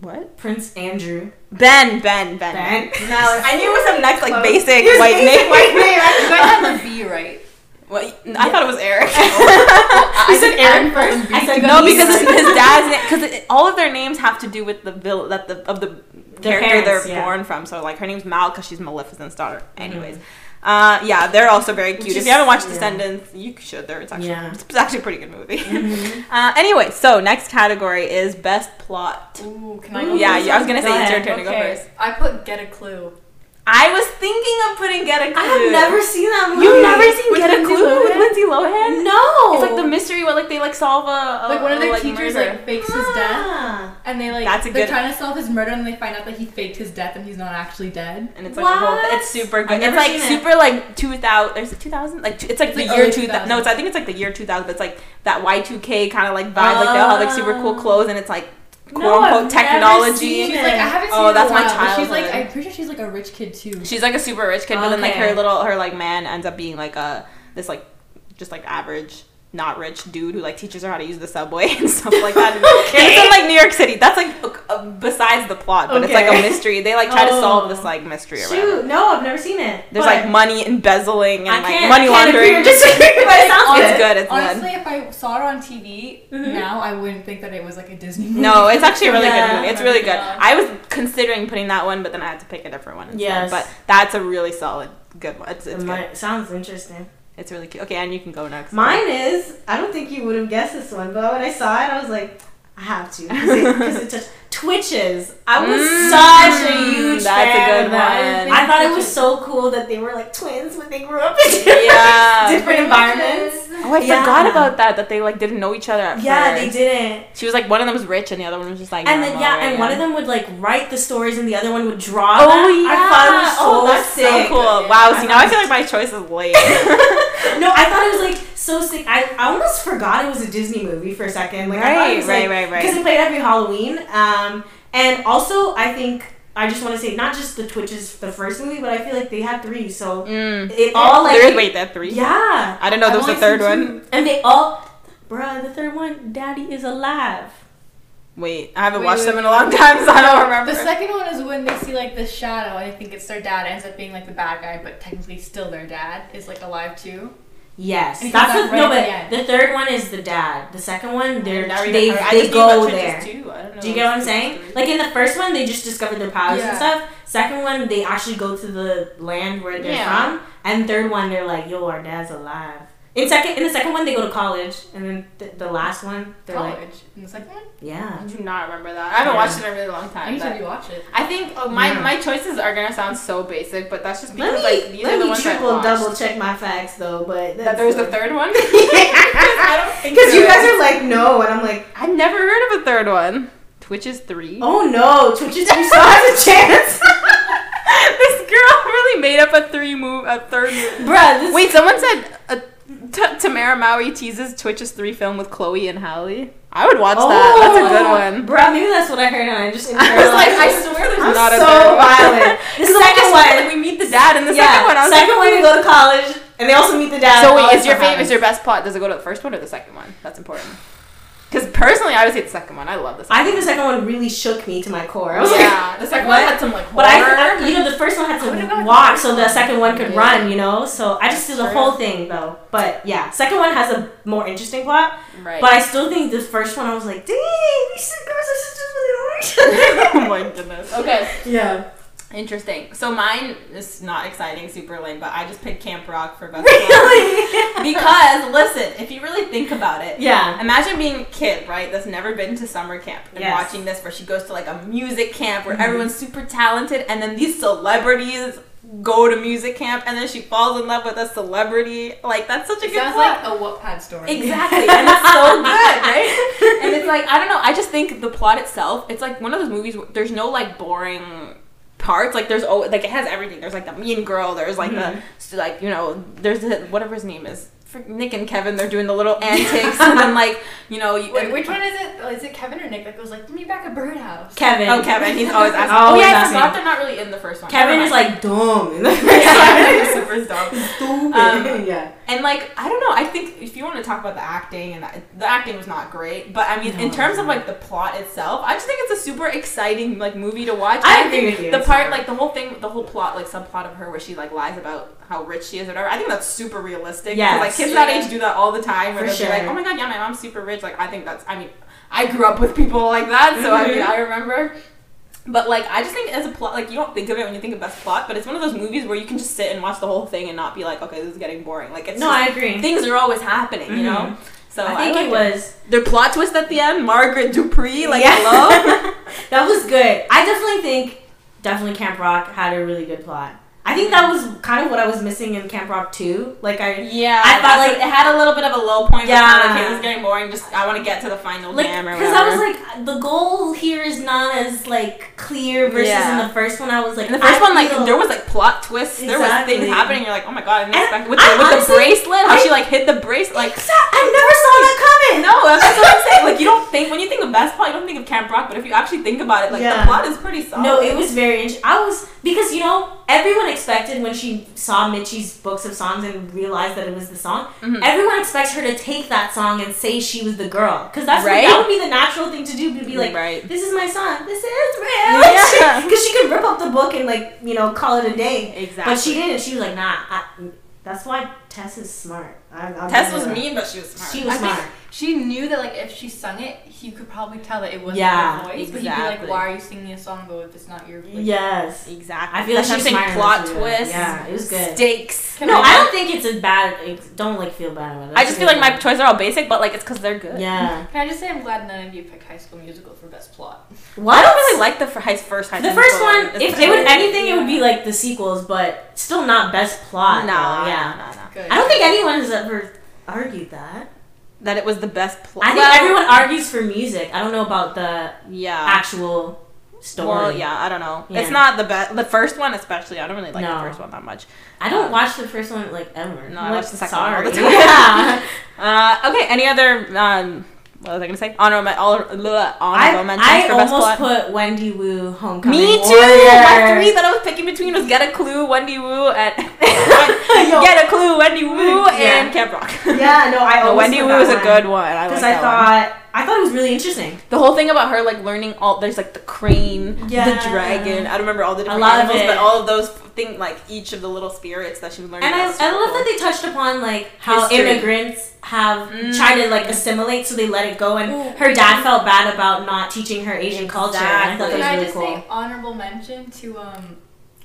Speaker 3: what
Speaker 2: Prince Andrew.
Speaker 3: Ben, Ben, Ben.
Speaker 2: Ben.
Speaker 3: No, I knew it was some next like
Speaker 6: Close.
Speaker 3: basic
Speaker 2: He was
Speaker 3: white
Speaker 2: basic
Speaker 3: name.
Speaker 2: white name.
Speaker 6: You guys have the B right.
Speaker 3: Well, I thought it was Eric.
Speaker 2: I said Aaron first. I said
Speaker 3: no, Oh, because it's his dad's name. Because all of their names have to do with the vill- that the of the
Speaker 2: Their
Speaker 3: character
Speaker 2: parents,
Speaker 3: they're
Speaker 2: yeah. Mm-hmm.
Speaker 3: born from. So like her name's Mal because she's Maleficent's daughter. Anyways, uh, yeah, they're also very cute. if
Speaker 2: is-
Speaker 3: you haven't watched
Speaker 2: yeah.
Speaker 3: Descendants, you should. They're it's actually
Speaker 2: Yeah. Mm-hmm.
Speaker 3: it's actually a pretty good movie. uh, anyway, so next category is best plot.
Speaker 6: Ooh, can I go
Speaker 3: Ooh, yeah,
Speaker 6: first?
Speaker 3: yeah, I was gonna
Speaker 2: Go
Speaker 3: say it's your
Speaker 2: ahead.
Speaker 3: turn to go
Speaker 6: Okay,
Speaker 3: first.
Speaker 6: I put Get a Clue.
Speaker 3: I was thinking of putting Get a
Speaker 2: I
Speaker 3: Clue.
Speaker 2: have never seen that movie.
Speaker 3: You've never seen
Speaker 2: With
Speaker 3: Get a
Speaker 2: Lindsay
Speaker 3: Clue with
Speaker 2: Lohan?
Speaker 3: Lindsay Lohan?
Speaker 2: No.
Speaker 3: It's like the mystery where like they like solve a, a
Speaker 6: like one of their
Speaker 3: a, like,
Speaker 6: teachers
Speaker 3: murder.
Speaker 6: like fakes his death,
Speaker 2: Ah.
Speaker 6: and they like
Speaker 3: That's a
Speaker 6: they're
Speaker 3: good-
Speaker 6: trying to solve his murder, and they find out that he faked his death, and he's not actually dead.
Speaker 3: and it's like a whole,
Speaker 2: What?
Speaker 3: it's super
Speaker 2: I've
Speaker 3: good. It's
Speaker 2: never
Speaker 3: like
Speaker 2: seen it.
Speaker 3: super like two thousand. Is it two thousand? Like two, it's like
Speaker 6: It's
Speaker 3: the
Speaker 6: like
Speaker 3: year
Speaker 6: early
Speaker 3: two thousand. No,
Speaker 6: 2000s.
Speaker 3: it's I think it's like the year two thousand. It's like that Y two K kind of like vibe. Like they'll have like super cool
Speaker 2: Oh.
Speaker 3: clothes and it's like quote
Speaker 2: No, I've
Speaker 3: unquote
Speaker 2: never
Speaker 3: technology.
Speaker 2: seen
Speaker 6: She's like, I haven't seen
Speaker 3: Oh,
Speaker 6: her in
Speaker 3: that's
Speaker 6: a
Speaker 3: my
Speaker 6: while, but She's like,
Speaker 3: childhood.
Speaker 6: I'm pretty sure she's like a rich kid too.
Speaker 3: She's like a super rich kid, but then like
Speaker 2: Okay.
Speaker 3: her little her like man ends up being like a this like just like average not rich dude who like teaches her how to use the subway and stuff like that. And it's in like New York City. That's like uh, uh, besides the plot, but it's like
Speaker 2: Okay.
Speaker 3: a mystery. They like try to
Speaker 2: Oh.
Speaker 3: solve this like mystery or whatever.
Speaker 2: Shoot, no, I've never seen it.
Speaker 3: There's
Speaker 2: But
Speaker 3: like money embezzling and
Speaker 2: I
Speaker 3: like
Speaker 2: can't-
Speaker 3: money
Speaker 2: I can't
Speaker 3: laundering.
Speaker 2: appear-
Speaker 3: Just
Speaker 2: but it sounds
Speaker 3: it's
Speaker 2: good.
Speaker 3: good. It's
Speaker 6: Honestly,
Speaker 3: good.
Speaker 6: if I saw it on TV now, I wouldn't think that it was like a Disney movie.
Speaker 3: No, it's actually a really
Speaker 2: Yeah.
Speaker 3: good movie. It's really good.
Speaker 6: Yeah.
Speaker 3: I was considering putting that one, but then I had to pick a different one. Instead.
Speaker 2: Yes.
Speaker 3: but that's a really solid, good one. It's,
Speaker 2: It
Speaker 3: it's good.
Speaker 2: might- sounds interesting.
Speaker 3: It's really cute. Okay, and you can go next.
Speaker 2: Mine is. I don't think you would have guessed this one, but when I saw it, I was like, I have to because it, touched Twitches. I was
Speaker 3: Mm,
Speaker 2: such a huge
Speaker 3: that's a
Speaker 2: fan of
Speaker 3: good
Speaker 2: that.
Speaker 3: one.
Speaker 2: I thought it was so cool that they were like twins when they grew up in
Speaker 3: Yeah.
Speaker 2: different environments.
Speaker 3: Oh, I
Speaker 2: Yeah.
Speaker 3: forgot about that. That they like didn't know each other. At
Speaker 2: Yeah,
Speaker 3: first.
Speaker 2: they didn't.
Speaker 3: She was like one of them was rich and the other one was just like.
Speaker 2: And then
Speaker 3: normal,
Speaker 2: yeah,
Speaker 3: right?
Speaker 2: and one of them would like write the stories, and the other one would draw.
Speaker 3: Oh
Speaker 2: them.
Speaker 3: yeah!
Speaker 2: I thought it was so
Speaker 3: oh, that's
Speaker 2: sick.
Speaker 3: so cool. Wow.
Speaker 2: I
Speaker 3: See, now I
Speaker 2: thought
Speaker 3: feel
Speaker 2: it
Speaker 3: like my choice is late.
Speaker 2: no, I thought it was like so sick. I, I almost forgot it was a Disney movie for a second. Like, I thought it
Speaker 3: right,
Speaker 2: was,
Speaker 3: right,
Speaker 2: like,
Speaker 3: right, right.
Speaker 2: Because it played every Halloween. Um, and also, I think I just want to say not just the Twitches, the first movie, but I feel like they had three. So
Speaker 3: Mm.
Speaker 2: it all like
Speaker 3: There is wait, that three.
Speaker 2: yeah.
Speaker 3: I didn't know there was a
Speaker 2: I've
Speaker 3: third
Speaker 2: only seen
Speaker 3: one.
Speaker 2: two. And they all, bruh, the third one, Daddy is alive.
Speaker 3: Wait, I haven't
Speaker 6: Wait,
Speaker 3: watched
Speaker 6: wait,
Speaker 3: them in a long time, so I don't remember.
Speaker 6: The second one is when they see like the shadow, and I think it's their dad ends up being like the bad guy, but technically still their dad is like alive too.
Speaker 2: Yes,
Speaker 6: And he
Speaker 2: that's
Speaker 6: comes
Speaker 2: the,
Speaker 6: out
Speaker 2: no,
Speaker 6: right
Speaker 2: but
Speaker 6: at
Speaker 2: the third one is the dad. The second one, they're
Speaker 3: Now
Speaker 2: they,
Speaker 3: remember-
Speaker 2: they,
Speaker 3: I just knew
Speaker 2: go
Speaker 3: about Twitches
Speaker 2: there.
Speaker 3: too. I don't know
Speaker 2: Do you get what I'm
Speaker 3: those
Speaker 2: saying?
Speaker 3: three.
Speaker 2: Like in the first one, they just discovered their powers and
Speaker 6: Yeah.
Speaker 2: stuff. Second one, they actually go to the land where they're
Speaker 3: Yeah.
Speaker 2: from. And third one, they're like, "Yo, our dad's alive." In second, in the second one, they go to college, and then th- the last one, they're
Speaker 6: College.
Speaker 2: like,
Speaker 6: and "Hmm, the second one?
Speaker 2: "Yeah."
Speaker 3: I do not remember that. I haven't
Speaker 2: Yeah.
Speaker 3: watched it in a really long
Speaker 6: I
Speaker 3: time.
Speaker 6: need to
Speaker 3: but
Speaker 6: rewatch it.
Speaker 3: I think oh, my
Speaker 2: Yeah.
Speaker 3: my choices are gonna sound so basic, but that's just
Speaker 2: Let
Speaker 3: because
Speaker 2: me
Speaker 3: like these are
Speaker 2: let
Speaker 3: the
Speaker 2: me
Speaker 3: ones I
Speaker 2: triple
Speaker 3: watched.
Speaker 2: double check my facts though, but
Speaker 3: That there was a third one.
Speaker 2: Because you guys are like, no, and I'm like,
Speaker 3: I've never heard of a third one. Twitch is three.
Speaker 2: oh no, Twitch is you still has a chance,
Speaker 3: this girl really made up a three move, a third move.
Speaker 2: bruh. This
Speaker 3: Wait, someone said uh, t- Tamara Maui teases Twitch's three film with Chloe and Halle. I would watch that. That's a good one.
Speaker 2: Bruh, maybe that's what Oh, I heard, and I just
Speaker 3: I was like, I
Speaker 2: swear there's
Speaker 3: not a
Speaker 2: so
Speaker 3: third one.
Speaker 2: violent. The second one,
Speaker 3: we meet the dad in the
Speaker 2: yeah,
Speaker 3: second one. I was
Speaker 2: second
Speaker 3: like,
Speaker 2: one, we go to college, and they also meet the dad. Oh, and
Speaker 3: so
Speaker 2: all
Speaker 3: wait,
Speaker 2: that
Speaker 3: is your
Speaker 2: stuff
Speaker 3: favorite, is
Speaker 2: happens.
Speaker 3: your best plot? Does it go to the first one or the second one? That's important. Because personally, I would say the second one. I love this.
Speaker 2: I think the second one really shook me to my core. I was like,
Speaker 3: yeah, the second
Speaker 6: Second
Speaker 3: one.
Speaker 6: one had some like
Speaker 2: but I,
Speaker 6: horror.
Speaker 2: I, you know, the first one had
Speaker 6: I would've
Speaker 2: to
Speaker 6: gone
Speaker 2: walk,
Speaker 6: first
Speaker 2: so the
Speaker 6: one.
Speaker 2: second one could
Speaker 6: Yeah.
Speaker 2: run, you know. So I just did the
Speaker 3: True.
Speaker 2: whole thing though. But yeah, second one has a more interesting plot.
Speaker 3: Right.
Speaker 2: But I still think the first one, I was like, dang, these girls are sisters, but they don't know each
Speaker 3: oh my goodness. Okay.
Speaker 2: other. Yeah.
Speaker 3: Interesting. So mine is not exciting, super lame, but I just picked Camp Rock for best plot.
Speaker 2: Really?
Speaker 3: because listen, if you really think about it,
Speaker 2: yeah.
Speaker 3: Imagine being a kid, right, that's never been to summer camp and
Speaker 2: Yes.
Speaker 3: watching this where she goes to like a music camp
Speaker 6: Mm-hmm.
Speaker 3: where everyone's super talented and then these celebrities go to music camp and then she falls in love with a celebrity. Like that's such a
Speaker 6: it
Speaker 3: good
Speaker 6: sounds
Speaker 3: plot.
Speaker 6: like a Wattpad story.
Speaker 3: exactly. and it's so good, right? And it's like I don't know, I just think the plot itself, it's like one of those movies where there's no like boring parts like there's oh like it has everything there's like the mean girl there's like the so, like you know there's the, whatever his name is Fr- Nick and Kevin they're doing the little antics and then like you know you,
Speaker 6: Wait, which one is it? Oh, Is it Kevin or Nick that goes like, "Give me back a birdhouse"?
Speaker 2: Kevin.
Speaker 3: Oh, Kevin. He's always asking.
Speaker 2: Always
Speaker 3: oh, yeah,
Speaker 2: asking.
Speaker 3: I forgot they're not really in the first one.
Speaker 2: Kevin
Speaker 3: Never
Speaker 2: is
Speaker 3: mind.
Speaker 2: like dumb. in the
Speaker 3: Yeah,
Speaker 2: first
Speaker 3: super dumb.
Speaker 2: one.
Speaker 3: Um,
Speaker 2: yeah.
Speaker 3: And like, I don't know. I think if you want to talk about the acting, and I- the acting was not great, but I mean, in
Speaker 2: No.
Speaker 3: terms of like the plot itself, I just think it's a super exciting like movie to watch.
Speaker 2: I
Speaker 3: And
Speaker 2: agree
Speaker 3: think
Speaker 2: with you.
Speaker 3: The
Speaker 2: It's
Speaker 3: part,
Speaker 2: not-
Speaker 3: like the whole thing, the whole plot, like subplot of her where she like lies about how rich she is or whatever. I think that's super realistic. Yeah.
Speaker 2: Yes.
Speaker 3: Like kids
Speaker 6: Yeah.
Speaker 3: that age do that all the time. Where
Speaker 2: For
Speaker 3: they're like,
Speaker 2: sure.
Speaker 3: oh my god, yeah, my mom's super rich. Like I think that's. I mean, I grew up with people like that, so I mean,
Speaker 2: Mhm.
Speaker 3: I remember. But like I just think as a plot, like you don't think of it when you think of best plot, but it's one of those movies where you can just sit and watch the whole thing and not be like, okay, this is getting boring. Like it's
Speaker 2: No,
Speaker 3: just-
Speaker 2: I agree.
Speaker 3: things are always happening, you
Speaker 2: Mhm.
Speaker 3: know. So
Speaker 2: I think it
Speaker 3: liked
Speaker 2: was.
Speaker 3: their plot twist at Mm-hmm. the end, Margaret Dupree, like
Speaker 2: Yeah.
Speaker 3: hello.
Speaker 2: that was good. I definitely think, definitely Camp Rock had a really good plot. I think that was kind of what I was missing in Camp Rock 2. Like I,
Speaker 3: Yeah,
Speaker 2: I thought,
Speaker 3: that's
Speaker 2: like-
Speaker 3: what- it had a little bit of a low point. Yeah,
Speaker 2: Yeah.
Speaker 3: like, okay, this is getting boring. Just I want to get to the final
Speaker 2: like,
Speaker 3: jam or
Speaker 2: because
Speaker 3: whatever.
Speaker 2: I was like, the goal here is not as like clear versus
Speaker 3: Yeah.
Speaker 2: in the first one. I was like,
Speaker 3: in the first
Speaker 2: I
Speaker 3: one, like
Speaker 2: feel-
Speaker 3: there was like plot twists. There was
Speaker 2: Exactly.
Speaker 3: things happening. You're like, oh my god, I didn't
Speaker 2: And
Speaker 3: expect with,
Speaker 2: I
Speaker 3: the, with
Speaker 2: honestly-
Speaker 3: the bracelet. How
Speaker 2: I-
Speaker 3: she like hit the bracelet, like
Speaker 2: Exa- I never saw that
Speaker 3: it. No, that's just what I'm saying. Like you don't think when you think of basketball, you don't think of Camp Rock, but if you actually think about it, like
Speaker 2: Yeah.
Speaker 3: the plot is pretty solid.
Speaker 2: No, it was very interesting. I was because you know everyone expected when she saw Mitchie's books of songs and realized that it was the song.
Speaker 3: Mhm.
Speaker 2: Everyone expects her to take that song and say she was the girl because that's what-
Speaker 3: Right?
Speaker 2: that would be the natural thing to do. To be like,
Speaker 3: right.
Speaker 2: this is my song. This is
Speaker 3: Yeah.
Speaker 2: real. Because she could rip up the book and like you know call it a day.
Speaker 3: Exactly.
Speaker 2: But she didn't. She was like, nah. I, that's why Tess is smart. I, I'm
Speaker 3: Tess was
Speaker 2: gonna-
Speaker 3: mean, but she was smart.
Speaker 2: She was
Speaker 6: I think-
Speaker 2: smart.
Speaker 6: She knew that like if she sung it, he could probably tell that it wasn't
Speaker 2: Yeah,
Speaker 6: her voice. But he'd be
Speaker 3: exactly.
Speaker 6: like, "Why are you singing a song though if it's not your?" Like,
Speaker 2: Yes.
Speaker 3: exactly.
Speaker 2: I feel like
Speaker 3: she was
Speaker 2: that's
Speaker 3: saying
Speaker 2: smart
Speaker 3: plot
Speaker 2: enough to do that.
Speaker 3: twists.
Speaker 2: Yeah, it was good.
Speaker 3: Stakes.
Speaker 6: Can
Speaker 2: no,
Speaker 6: we-
Speaker 2: I don't think it's a bad. ex- Don't like feel bad about it.
Speaker 3: I just feel like my choices are all basic, but like it's because they're good.
Speaker 2: Yeah.
Speaker 6: Can I just say I'm glad none of you picked High School Musical for best plot.
Speaker 2: What?
Speaker 3: I don't really like the fir- high- first high
Speaker 2: the
Speaker 3: school
Speaker 2: first
Speaker 3: one.
Speaker 2: one.
Speaker 3: It's
Speaker 2: If
Speaker 3: the
Speaker 2: it would
Speaker 3: second one.
Speaker 2: anything, it would be like the sequels, but still not best plot. though,
Speaker 3: no, yeah,
Speaker 2: yeah.
Speaker 3: no, no,
Speaker 6: Good.
Speaker 2: I don't think anyone has ever argued that.
Speaker 3: That it was the best plot.
Speaker 2: I think everyone argues for music. I don't know about the
Speaker 3: Yeah.
Speaker 2: actual story.
Speaker 3: Uh, Well, yeah, I don't know. It's
Speaker 2: Yeah.
Speaker 3: not the best. The first one, especially, I don't really like
Speaker 2: No.
Speaker 3: the first one that much.
Speaker 2: I don't watch the first one like ever.
Speaker 3: No, I
Speaker 2: I'm,
Speaker 3: watch
Speaker 2: like,
Speaker 3: the second one all the
Speaker 2: sorry.
Speaker 3: time.
Speaker 2: Yeah.
Speaker 3: Uh, okay, any other? Um, what was I gonna say? Honorable, all, bleh, honorable
Speaker 2: I,
Speaker 3: mentions
Speaker 2: I
Speaker 3: for best
Speaker 2: almost
Speaker 3: plot.
Speaker 2: put Wendy Wu Homecoming.
Speaker 3: Me too. My
Speaker 2: Warrior.
Speaker 3: three that I was picking between was Get a Clue, Wendy Wu, and Get a Clue, Wendy Wu,
Speaker 2: Yeah.
Speaker 3: and Camp Rock.
Speaker 2: Yeah, no, I
Speaker 3: No,
Speaker 2: always
Speaker 3: Wendy
Speaker 2: put
Speaker 3: Wu
Speaker 2: that
Speaker 3: was a
Speaker 2: one.
Speaker 3: good one. I
Speaker 2: because
Speaker 3: like
Speaker 2: I
Speaker 3: that one.
Speaker 2: thought I thought it was really interesting.
Speaker 3: The whole thing about her like learning all there's like the crane,
Speaker 2: Yeah.
Speaker 3: the dragon. I don't remember all the different
Speaker 2: lot of
Speaker 3: animals,
Speaker 2: it.
Speaker 3: but all of those thing like each of the little spirits that she was learning.
Speaker 2: And I, I
Speaker 3: about
Speaker 2: love
Speaker 3: was super cool.
Speaker 2: that they touched upon like how
Speaker 3: History.
Speaker 2: immigrants have
Speaker 3: Mm.
Speaker 2: tried to like assimilate, so they let it go. And
Speaker 6: Ooh,
Speaker 2: her dad
Speaker 6: yeah.
Speaker 2: felt bad about not teaching her Asian culture. And I thought
Speaker 6: Can I
Speaker 2: that was really
Speaker 6: just
Speaker 2: cool.
Speaker 6: say honorable mention to um,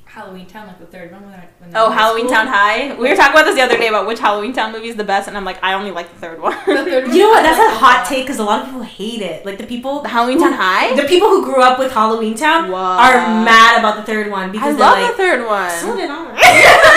Speaker 6: Halloween Town, like the third one when they're, when they're
Speaker 3: Oh,
Speaker 6: in
Speaker 3: Halloween
Speaker 6: school?
Speaker 3: Town High. We were talking about this the other day about which Halloween Town movie is the best, and I'm like, I only like the third one.
Speaker 6: The third one
Speaker 2: You know what? That's
Speaker 6: was
Speaker 2: a
Speaker 6: like
Speaker 2: hot
Speaker 6: that.
Speaker 2: take because a lot of people hate it. Like the people,
Speaker 3: The Halloween Town High.
Speaker 2: the people who grew up with Halloween Town
Speaker 3: Whoa.
Speaker 2: are mad about the third one
Speaker 3: I
Speaker 2: because
Speaker 3: love
Speaker 2: they're
Speaker 3: the
Speaker 2: like.
Speaker 3: third one.
Speaker 2: So did I.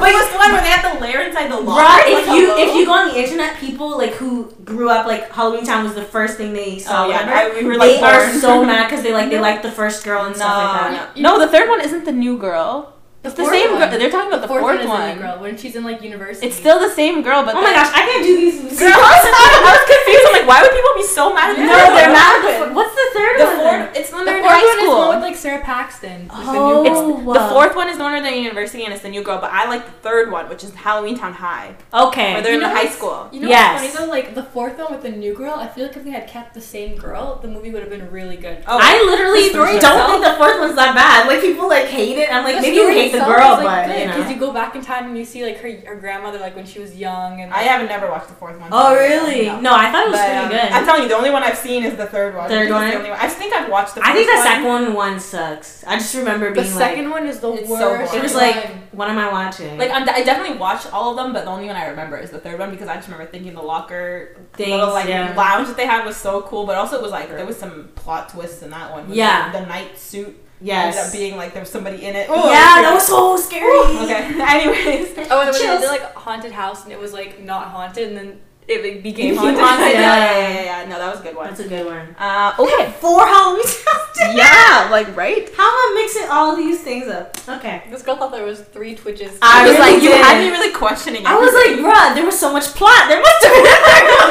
Speaker 3: Wait, was the one where they had the lair inside the
Speaker 2: Bruh, if you if you go on the internet, people like who grew up like Halloween Town was the first thing they saw.
Speaker 3: Oh, yeah,
Speaker 2: whatever,
Speaker 3: I- we were,
Speaker 2: they
Speaker 3: like,
Speaker 2: are
Speaker 3: born.
Speaker 2: so mad because they like they like the first girl and
Speaker 3: no,
Speaker 2: stuff like that.
Speaker 3: no, the third one isn't the new girl. It's the
Speaker 6: fourth
Speaker 3: same
Speaker 6: one.
Speaker 3: girl. They're talking about the fourth,
Speaker 6: is the
Speaker 3: one.
Speaker 6: new girl when she's in like university.
Speaker 3: It's still the same girl, but
Speaker 2: Oh my
Speaker 3: the-
Speaker 2: gosh, I can't do these.
Speaker 3: Girl, I was confused. I'm like, why would people be so mad at
Speaker 2: No,
Speaker 3: the third
Speaker 2: they're
Speaker 3: one?
Speaker 2: mad. at the- What's the third
Speaker 3: The
Speaker 2: one?
Speaker 3: fourth, it's the one
Speaker 6: the
Speaker 3: they're in
Speaker 6: fourth one
Speaker 3: high
Speaker 6: is the
Speaker 3: school.
Speaker 6: one with like Sarah Paxton. with
Speaker 2: Oh.
Speaker 6: the new
Speaker 3: It's
Speaker 6: girl.
Speaker 2: wow.
Speaker 3: the fourth one is the one where they're in university and it's the new girl, but I like the third one, which is Halloween Town High, where they're
Speaker 2: Okay.
Speaker 3: in
Speaker 6: You
Speaker 3: the
Speaker 6: know
Speaker 3: high
Speaker 6: what's-
Speaker 3: school.
Speaker 6: You know
Speaker 2: Yes.
Speaker 6: what's funny though? Like the fourth one with the new girl, I feel like if they had kept the same girl, the movie would have been really good.
Speaker 3: Oh,
Speaker 2: I literally
Speaker 6: The story
Speaker 2: don't
Speaker 6: itself-
Speaker 2: think the fourth one's that bad. Like people like hate it. I'm like maybe you hate the girl, but you
Speaker 6: because
Speaker 2: know.
Speaker 6: you go back in time and you see like her her grandmother like when she was young and
Speaker 7: I haven't never watched the fourth one.
Speaker 2: Oh really? No, I thought it was
Speaker 7: But,
Speaker 2: pretty
Speaker 7: um,
Speaker 2: good.
Speaker 7: I'm telling you, the only one I've seen is the third one.
Speaker 2: Third
Speaker 7: It's
Speaker 2: one?
Speaker 7: The only one. I think I've watched the. First
Speaker 2: I think the
Speaker 7: one.
Speaker 2: second one one sucks. I just remember
Speaker 6: the
Speaker 2: being like,
Speaker 6: second one is the
Speaker 7: It's so
Speaker 6: worst.
Speaker 7: boring.
Speaker 2: it was like, what am I watching?
Speaker 7: Like I'm, I definitely watched all of them, but the only one I remember is the third one because I just remember thinking the locker
Speaker 2: things,
Speaker 7: little like
Speaker 2: yeah.
Speaker 7: lounge that they had was so cool, but also it was like there was some plot twists in that one. with,
Speaker 2: Yeah.
Speaker 7: like, the night suit ended up
Speaker 2: Yes.
Speaker 7: being like there was somebody in it.
Speaker 2: yeah,
Speaker 7: Oh,
Speaker 2: that was so scary.
Speaker 7: Okay. Anyways,
Speaker 6: oh, and
Speaker 2: Chills.
Speaker 6: then they did like haunted house and it was like not haunted and then it like, became
Speaker 7: Game
Speaker 6: haunted.
Speaker 7: Haunted.
Speaker 2: Yeah.
Speaker 7: Yeah, yeah, yeah, yeah, yeah. No, that was a good one.
Speaker 2: That's a good one.
Speaker 7: Uh, okay.
Speaker 2: Four Halloween Towns.
Speaker 3: yeah, like right.
Speaker 2: How am I mixing all these things up? Okay.
Speaker 6: This girl thought there was three twitches.
Speaker 2: I
Speaker 3: I was
Speaker 2: really
Speaker 3: like, you
Speaker 2: did.
Speaker 3: had me really questioning.
Speaker 2: I was like, bruh, there was so much plot. There must have been.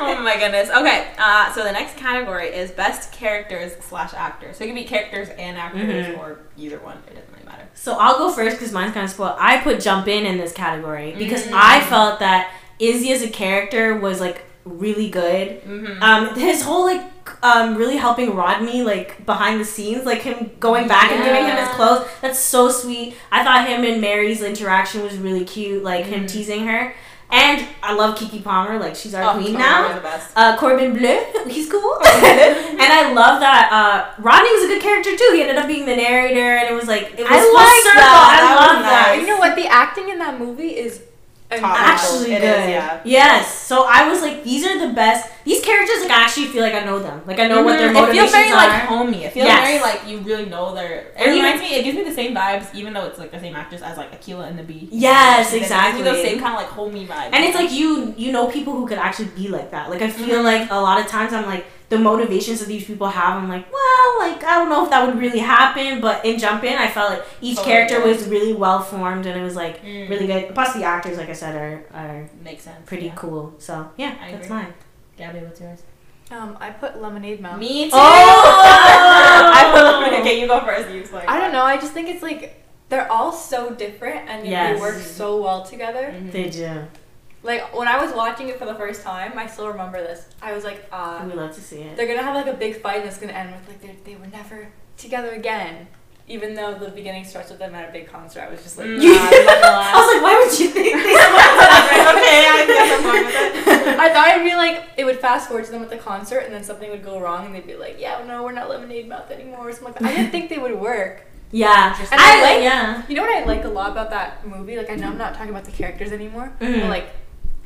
Speaker 7: Oh my goodness. Okay. Uh, so the next category is best characters slash actors. So it can be characters and actors
Speaker 2: Mhm.
Speaker 7: or either one. It doesn't really matter.
Speaker 2: So I'll go first because mine's kind of spoiled. I put Jump In in this category because I felt that Izzy as a character was like really good.
Speaker 7: Mm-hmm.
Speaker 2: Um, his whole like um, really helping Rodney like behind the scenes, like him going back and giving him his
Speaker 6: Yeah.
Speaker 2: clothes. That's so sweet. I thought him and Mary's interaction was really cute, like him teasing her. And I love Kiki Palmer, like she's
Speaker 3: Oh,
Speaker 2: our queen now.
Speaker 7: The best.
Speaker 2: Uh, Corbin Bleu, he's cool. and I love that uh, Rodney was a good character too. He ended up being the narrator, and it was like it was
Speaker 3: I
Speaker 2: full
Speaker 3: like
Speaker 2: circle. I
Speaker 3: that.
Speaker 7: That
Speaker 2: love
Speaker 7: was
Speaker 2: that.
Speaker 7: nice.
Speaker 6: you know what? The acting in that movie is
Speaker 7: Top
Speaker 2: Actually,
Speaker 7: It
Speaker 2: good.
Speaker 7: is, yeah.
Speaker 2: Yes. So I was like, these are the best. these characters, like I actually feel like I know them. Like I know what their
Speaker 7: Mm-hmm. It feels
Speaker 2: motivations
Speaker 7: very
Speaker 2: are.
Speaker 7: like homey. It feels
Speaker 2: Yes.
Speaker 7: very like you really know their. It
Speaker 2: And even-
Speaker 7: reminds me. It gives me the same vibes, even though it's like the same actress as like Akila and the Bee.
Speaker 2: Yes,
Speaker 7: It gives me
Speaker 2: exactly.
Speaker 7: Those same kind of like homey vibes.
Speaker 2: and it's like you you know people who could actually be like that. Like I feel
Speaker 7: Mm-hmm.
Speaker 2: like a lot of times I'm like the motivations that these people have. I'm like, well, like I don't know if that would really happen, but in Jump In, I felt like each
Speaker 7: Totally,
Speaker 2: character
Speaker 7: Oh, yeah.
Speaker 2: was really well formed and it was like
Speaker 7: Mm.
Speaker 2: really good. Plus the actors, like I said, are are
Speaker 7: makes sense.
Speaker 2: pretty
Speaker 7: Yeah.
Speaker 2: cool. So yeah,
Speaker 7: I
Speaker 2: that's
Speaker 7: agree.
Speaker 2: mine.
Speaker 7: Gabby, what's yours?
Speaker 6: Um, I put lemonade mouth.
Speaker 7: Me too.
Speaker 2: Oh!
Speaker 7: I put, okay, you go first. You explain.
Speaker 6: I don't know. I just think it's like they're all so different and yet
Speaker 2: Yes.
Speaker 6: they work so well together.
Speaker 7: Mm-hmm.
Speaker 2: They do.
Speaker 6: Like when I was watching it for the first time, I still remember this. I was like, ah,
Speaker 2: We love to see it.
Speaker 6: they're gonna have like a big fight and it's gonna end with like they they were never together again. Even though the beginning starts with them at a big concert, I was just like,
Speaker 7: Mm.
Speaker 6: "Nah, I'm not gonna
Speaker 2: I
Speaker 6: lie."
Speaker 2: was like, why would you think they
Speaker 7: okay, I guess I'm going with it.
Speaker 6: I thought it'd be like it would fast forward to them at the concert, and then something would go wrong, and they'd be like, "Yeah, no, we're not lemonade mouth anymore." Or something like that. I didn't think they would work.
Speaker 2: Yeah.
Speaker 6: And I like-
Speaker 2: yeah.
Speaker 6: You know what I like a lot about that movie? Like I know I'm not talking about the characters anymore,
Speaker 2: Mhm.
Speaker 6: but like,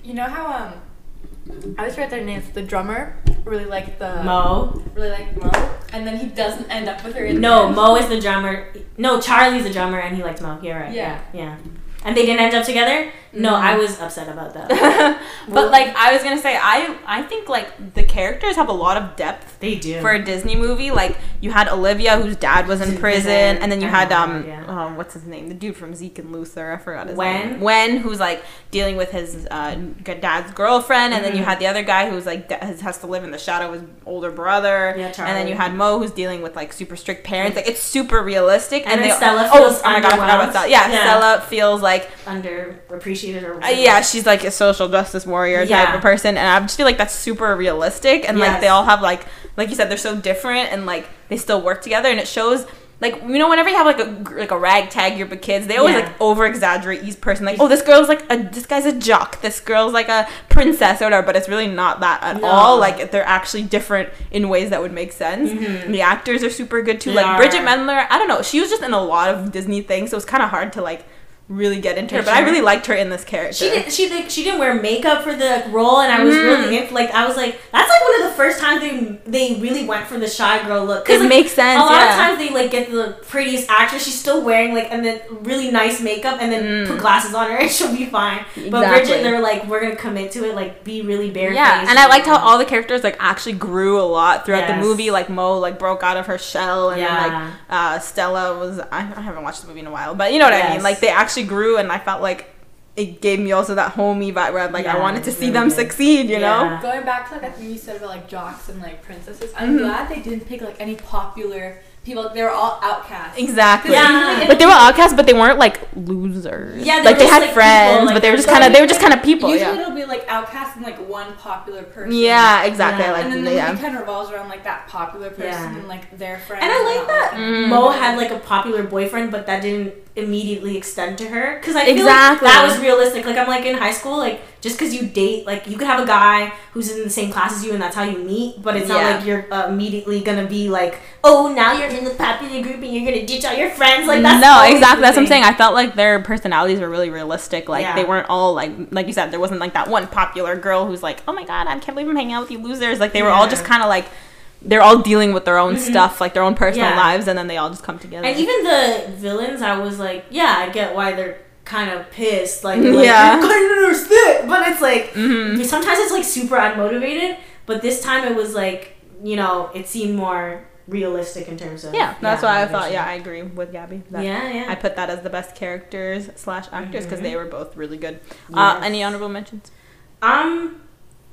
Speaker 6: you know how um, I always forget their names. The drummer really liked the
Speaker 2: Mo.
Speaker 6: really liked Mo, and then he doesn't end up with her. In the
Speaker 2: No,
Speaker 6: end.
Speaker 2: Mo is the drummer. No, Charlie's the drummer and he likes Mo. You're right.
Speaker 6: Yeah.
Speaker 2: Yeah. And they didn't end up together? No,
Speaker 3: Mm-hmm.
Speaker 2: I was upset about that.
Speaker 3: but like I was gonna say, I I think like the characters have a lot of depth
Speaker 2: They do.
Speaker 3: for a Disney movie. Like you had Olivia, whose dad was in prison, and then you had um,
Speaker 2: Yeah.
Speaker 3: um what's his name, the dude from Zeke and Luther. I forgot his
Speaker 2: Wen?
Speaker 3: name. Wen, who's like dealing with his uh, g- dad's girlfriend, and then you
Speaker 2: Mhm.
Speaker 3: had the other guy who's like d- has has to live in the shadow of his older brother.
Speaker 2: Yeah,
Speaker 3: and then you
Speaker 2: Charlie.
Speaker 3: had Mo, who's dealing with like super strict parents. Like it's super realistic.
Speaker 2: And then
Speaker 3: they-
Speaker 2: Stella feels
Speaker 3: Oh, oh my god, I forgot
Speaker 2: underwhelmed.
Speaker 3: about Stella. Yeah,
Speaker 2: Yeah.
Speaker 3: Stella feels like
Speaker 2: Underappreciated or
Speaker 3: uh, yeah, she's like a social justice warrior
Speaker 2: Yeah.
Speaker 3: type of person, and I just feel like that's super realistic. And
Speaker 2: Yes.
Speaker 3: like they all have like, like you said, they're so different, and like they still work together, and it shows. Like you know, whenever you have like a gr- like a ragtag group of kids, they always
Speaker 2: Yeah.
Speaker 3: like over exaggerate each person. Like, oh, this girl's like a this guy's a jock, this girl's like a princess or whatever. But it's really not that at
Speaker 2: No.
Speaker 3: all. Like they're actually different in ways that would make sense.
Speaker 2: Mhm.
Speaker 3: The actors are super good too.
Speaker 2: They
Speaker 3: like
Speaker 2: are.
Speaker 3: Bridget Mendler, I don't know, she was just in a lot of Disney things, so it's kind of hard to like really get into her. But I
Speaker 2: Picture.
Speaker 3: really liked her in this character.
Speaker 2: She didn't. She like she didn't wear makeup for the role, and I was
Speaker 3: Mm-hmm.
Speaker 2: really in, like I was like that's like one of the first times they they really went for the shy girl look.
Speaker 3: It
Speaker 2: like,
Speaker 3: makes sense.
Speaker 2: a lot
Speaker 3: yeah.
Speaker 2: of times they like get the prettiest actress. She's still wearing like and then really nice makeup, and then
Speaker 3: Mm.
Speaker 2: put glasses on her, and she'll be fine. But Bridget,
Speaker 3: Exactly.
Speaker 2: they're like, we're gonna commit to it, like be really bare.
Speaker 3: yeah, and I liked how all the characters like actually grew a lot throughout
Speaker 2: Yes.
Speaker 3: the movie. Like Mo like broke out of her shell, and
Speaker 2: Yeah.
Speaker 3: then, like uh, Stella was. I, I haven't watched the movie in a while, but you know what I
Speaker 2: Yes.
Speaker 3: mean. Like they actually grew, and I felt like it gave me also that homey vibe where I'm like
Speaker 2: Yeah,
Speaker 3: I wanted to see
Speaker 2: really
Speaker 3: them
Speaker 2: good.
Speaker 3: succeed. You know.
Speaker 6: Going back to like that thing you said about like jocks and like princesses, I'm glad they didn't pick like any popular people. They were all outcasts.
Speaker 3: Exactly.
Speaker 2: Yeah.
Speaker 3: But they were outcasts, but they weren't like losers.
Speaker 2: Yeah, they
Speaker 3: like
Speaker 2: were
Speaker 3: they
Speaker 2: just,
Speaker 3: had
Speaker 2: like, people,
Speaker 3: friends,
Speaker 2: like,
Speaker 3: but they were just
Speaker 2: so
Speaker 3: kind of they were
Speaker 6: many-
Speaker 3: just kind of people.
Speaker 6: Usually
Speaker 3: Yeah,
Speaker 6: it'll be like outcasts and like one popular person.
Speaker 3: yeah, exactly. I
Speaker 6: and then
Speaker 3: Like
Speaker 6: the
Speaker 3: yeah.
Speaker 6: movie kind of revolves around like that popular person
Speaker 2: Yeah.
Speaker 6: and like their friends.
Speaker 2: And I like
Speaker 6: all
Speaker 2: that
Speaker 6: them.
Speaker 3: Mm.
Speaker 2: Mo had like a popular boyfriend, but that didn't immediately extend to her because I feel
Speaker 3: Exactly.
Speaker 2: like that was realistic. Like I'm like in high school, like just because you date, like you could have a guy who's in the same class as you, and that's how you meet. But it's
Speaker 3: Yeah.
Speaker 2: not like you're uh, immediately gonna be like, oh, now you're in the popular group and you're gonna ditch all your friends. Like that's
Speaker 3: no,
Speaker 2: always
Speaker 3: exactly.
Speaker 2: the
Speaker 3: That's what I'm
Speaker 2: thing.
Speaker 3: saying. I felt like their personalities were really realistic. Like
Speaker 2: Yeah.
Speaker 3: they weren't all like like you said. There wasn't like that one popular girl who's like, oh my god, I can't believe I'm hanging out with you losers. Like they were all
Speaker 2: Yeah.
Speaker 3: just kind of like they're all dealing with their own stuff, like their own personal
Speaker 2: Yeah.
Speaker 3: lives, Mm-hmm. and then they all just come together.
Speaker 2: And even the villains, I was like, yeah, I get why they're kind of pissed. Like, they're like
Speaker 3: Yeah. Mm-hmm.
Speaker 2: "You're kind of understand. But it's like, sometimes it's like super unmotivated, but this time it was like, you know, it seemed more realistic in terms of.
Speaker 3: yeah, that's why I thought.
Speaker 2: motivation.
Speaker 3: Yeah, I agree with Gabby. That-
Speaker 2: Yeah, yeah.
Speaker 3: I put that as the best characters slash actors because they were both really good. Uh,
Speaker 2: Yes.
Speaker 3: any honorable mentions?
Speaker 2: Um,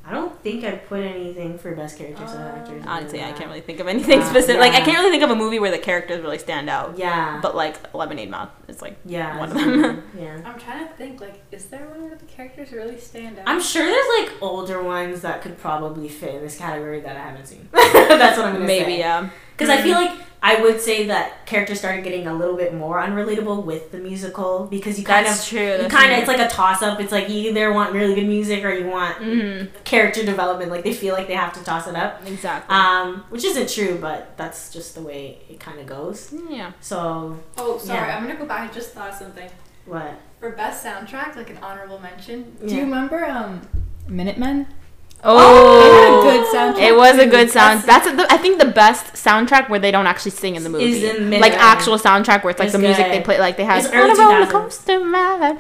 Speaker 2: I don't think I put anything for best characters or actors.
Speaker 3: Uh, Honestly, I
Speaker 2: Yeah.
Speaker 3: can't really think of anything
Speaker 2: Uh,
Speaker 3: specific. Like I
Speaker 2: yeah.
Speaker 3: can't really think of a movie where the characters really stand out.
Speaker 2: Yeah.
Speaker 3: But like Lemonade Mouth is like
Speaker 2: yeah.
Speaker 3: one of them.
Speaker 2: yeah.
Speaker 6: I'm trying to think like, is there one where the characters really stand out?
Speaker 2: I'm sure there's like older ones that could probably fit in this category that I haven't seen. that's what I'm gonna say.
Speaker 3: maybe yeah.
Speaker 2: Because I feel
Speaker 3: Mm-hmm.
Speaker 2: like I would say that characters started getting a little bit more unrelatable with the musical because you kind
Speaker 3: That's
Speaker 2: of.
Speaker 3: true.
Speaker 2: You
Speaker 3: that's
Speaker 2: kind of,
Speaker 3: true.
Speaker 2: it's like a toss up. It's like you either want really good music or you want
Speaker 3: Mhm,
Speaker 2: character development. Like they feel like they have to toss it up,
Speaker 3: exactly.
Speaker 2: um, which isn't true, but that's just the way it kind of goes.
Speaker 3: yeah.
Speaker 2: So
Speaker 6: oh, sorry.
Speaker 2: yeah.
Speaker 6: I'm gonna go back. I just thought of something.
Speaker 2: what?
Speaker 6: For best soundtrack, like an honorable mention. Do
Speaker 2: Yeah.
Speaker 6: you remember um, Minutemen?
Speaker 3: Oh,
Speaker 6: It had a good soundtrack,
Speaker 3: It was a
Speaker 6: too.
Speaker 3: good sound. That's, the, I think the best soundtrack where they don't actually sing in the movie.
Speaker 2: Is in
Speaker 3: like
Speaker 2: Midnight.
Speaker 3: actual soundtrack where it's like
Speaker 2: It's
Speaker 3: the music
Speaker 2: good.
Speaker 3: they play. Like they have.
Speaker 2: It's early
Speaker 3: What about when it
Speaker 2: 2000s.
Speaker 3: comes to mind?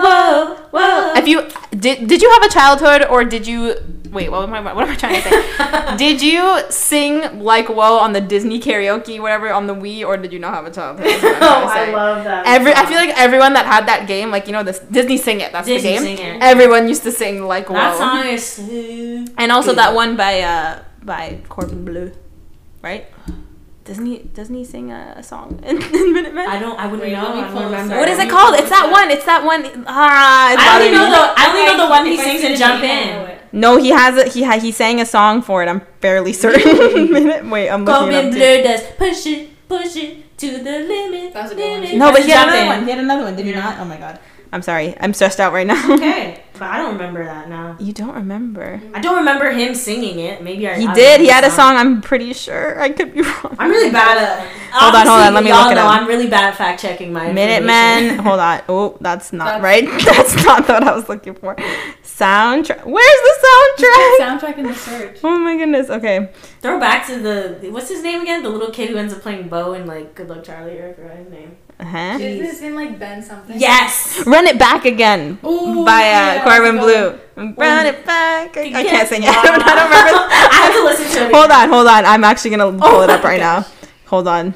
Speaker 2: Whoa, whoa.
Speaker 3: If you did, did you have a childhood or did you? Wait, what am I? What am I trying to say? did you sing like "Whoa" on the Disney karaoke, whatever, on the Wii, or did you not have a childhood? That's what I'm trying
Speaker 2: Oh,
Speaker 3: to
Speaker 2: I
Speaker 3: say.
Speaker 2: love that.
Speaker 3: Every, I feel like everyone that had that game, like you know, this Disney Sing It, that's
Speaker 2: Disney
Speaker 3: the game.
Speaker 2: Sing It.
Speaker 3: Everyone used to sing like "Whoa,"
Speaker 2: that song is smooth.
Speaker 3: and also that one by uh by Corbin Bleu, right? Doesn't he? Doesn't he sing a, a song in, in Minutemen?
Speaker 2: I don't. I wouldn't
Speaker 6: Wait,
Speaker 2: know.
Speaker 6: let me
Speaker 2: I
Speaker 6: pull
Speaker 2: don't
Speaker 6: this
Speaker 2: remember.
Speaker 6: up.
Speaker 3: What is it called? It's that one. It's that one. Ah, it's
Speaker 2: I only
Speaker 3: bothering me.
Speaker 2: know the. I only know the one he
Speaker 6: If I
Speaker 2: sings
Speaker 6: see
Speaker 2: and
Speaker 6: the
Speaker 2: jump
Speaker 6: name, I
Speaker 2: in.
Speaker 6: know it.
Speaker 3: No, he has it. He ha- he sang a song for it. I'm fairly certain. Minute- Wait, I'm looking it
Speaker 2: Corbin
Speaker 3: up. Too.
Speaker 2: Bleu does push it, push it to the limit.
Speaker 6: That was a good one.
Speaker 2: limit.
Speaker 3: No, but he had
Speaker 2: Jump
Speaker 3: another
Speaker 2: in.
Speaker 3: one.
Speaker 1: He had another one, did you not? Oh my god.
Speaker 3: I'm sorry. I'm stressed out right now.
Speaker 2: Okay, but I don't remember that now.
Speaker 3: You don't remember?
Speaker 2: I don't remember him singing it. Maybe I.
Speaker 3: He
Speaker 2: I
Speaker 3: did. He
Speaker 2: remember
Speaker 3: had a
Speaker 2: the
Speaker 3: song. I'm pretty sure. I could be wrong.
Speaker 2: I'm really bad at.
Speaker 3: Hold on, hold on, let me
Speaker 2: y'all
Speaker 3: look it
Speaker 2: know
Speaker 3: up.
Speaker 2: I'm really bad at fact checking my information.
Speaker 3: Minutemen. Hold on. Oh, that's not
Speaker 6: That's-
Speaker 3: right. That's not what I was looking for. Soundtrack. Where's the soundtrack?
Speaker 6: soundtrack in the search.
Speaker 3: Oh my goodness. Okay.
Speaker 2: Throw back to the what's his name again? The little kid who ends up playing Bo in like Good Luck Charlie or I forgot his name.
Speaker 3: Uh-huh.
Speaker 6: Is this in like Ben something?
Speaker 2: Yes.
Speaker 3: Run it back again
Speaker 6: Ooh,
Speaker 3: by uh,
Speaker 6: yeah,
Speaker 3: Corbin
Speaker 6: that's a
Speaker 3: Blue. Run it back. I, I can't sing it.
Speaker 2: Yes.
Speaker 3: I don't, I don't remember.
Speaker 2: I have to listen to it.
Speaker 3: Hold on, hold on. I'm actually gonna pull it up
Speaker 2: Oh my
Speaker 3: right now. Hold on.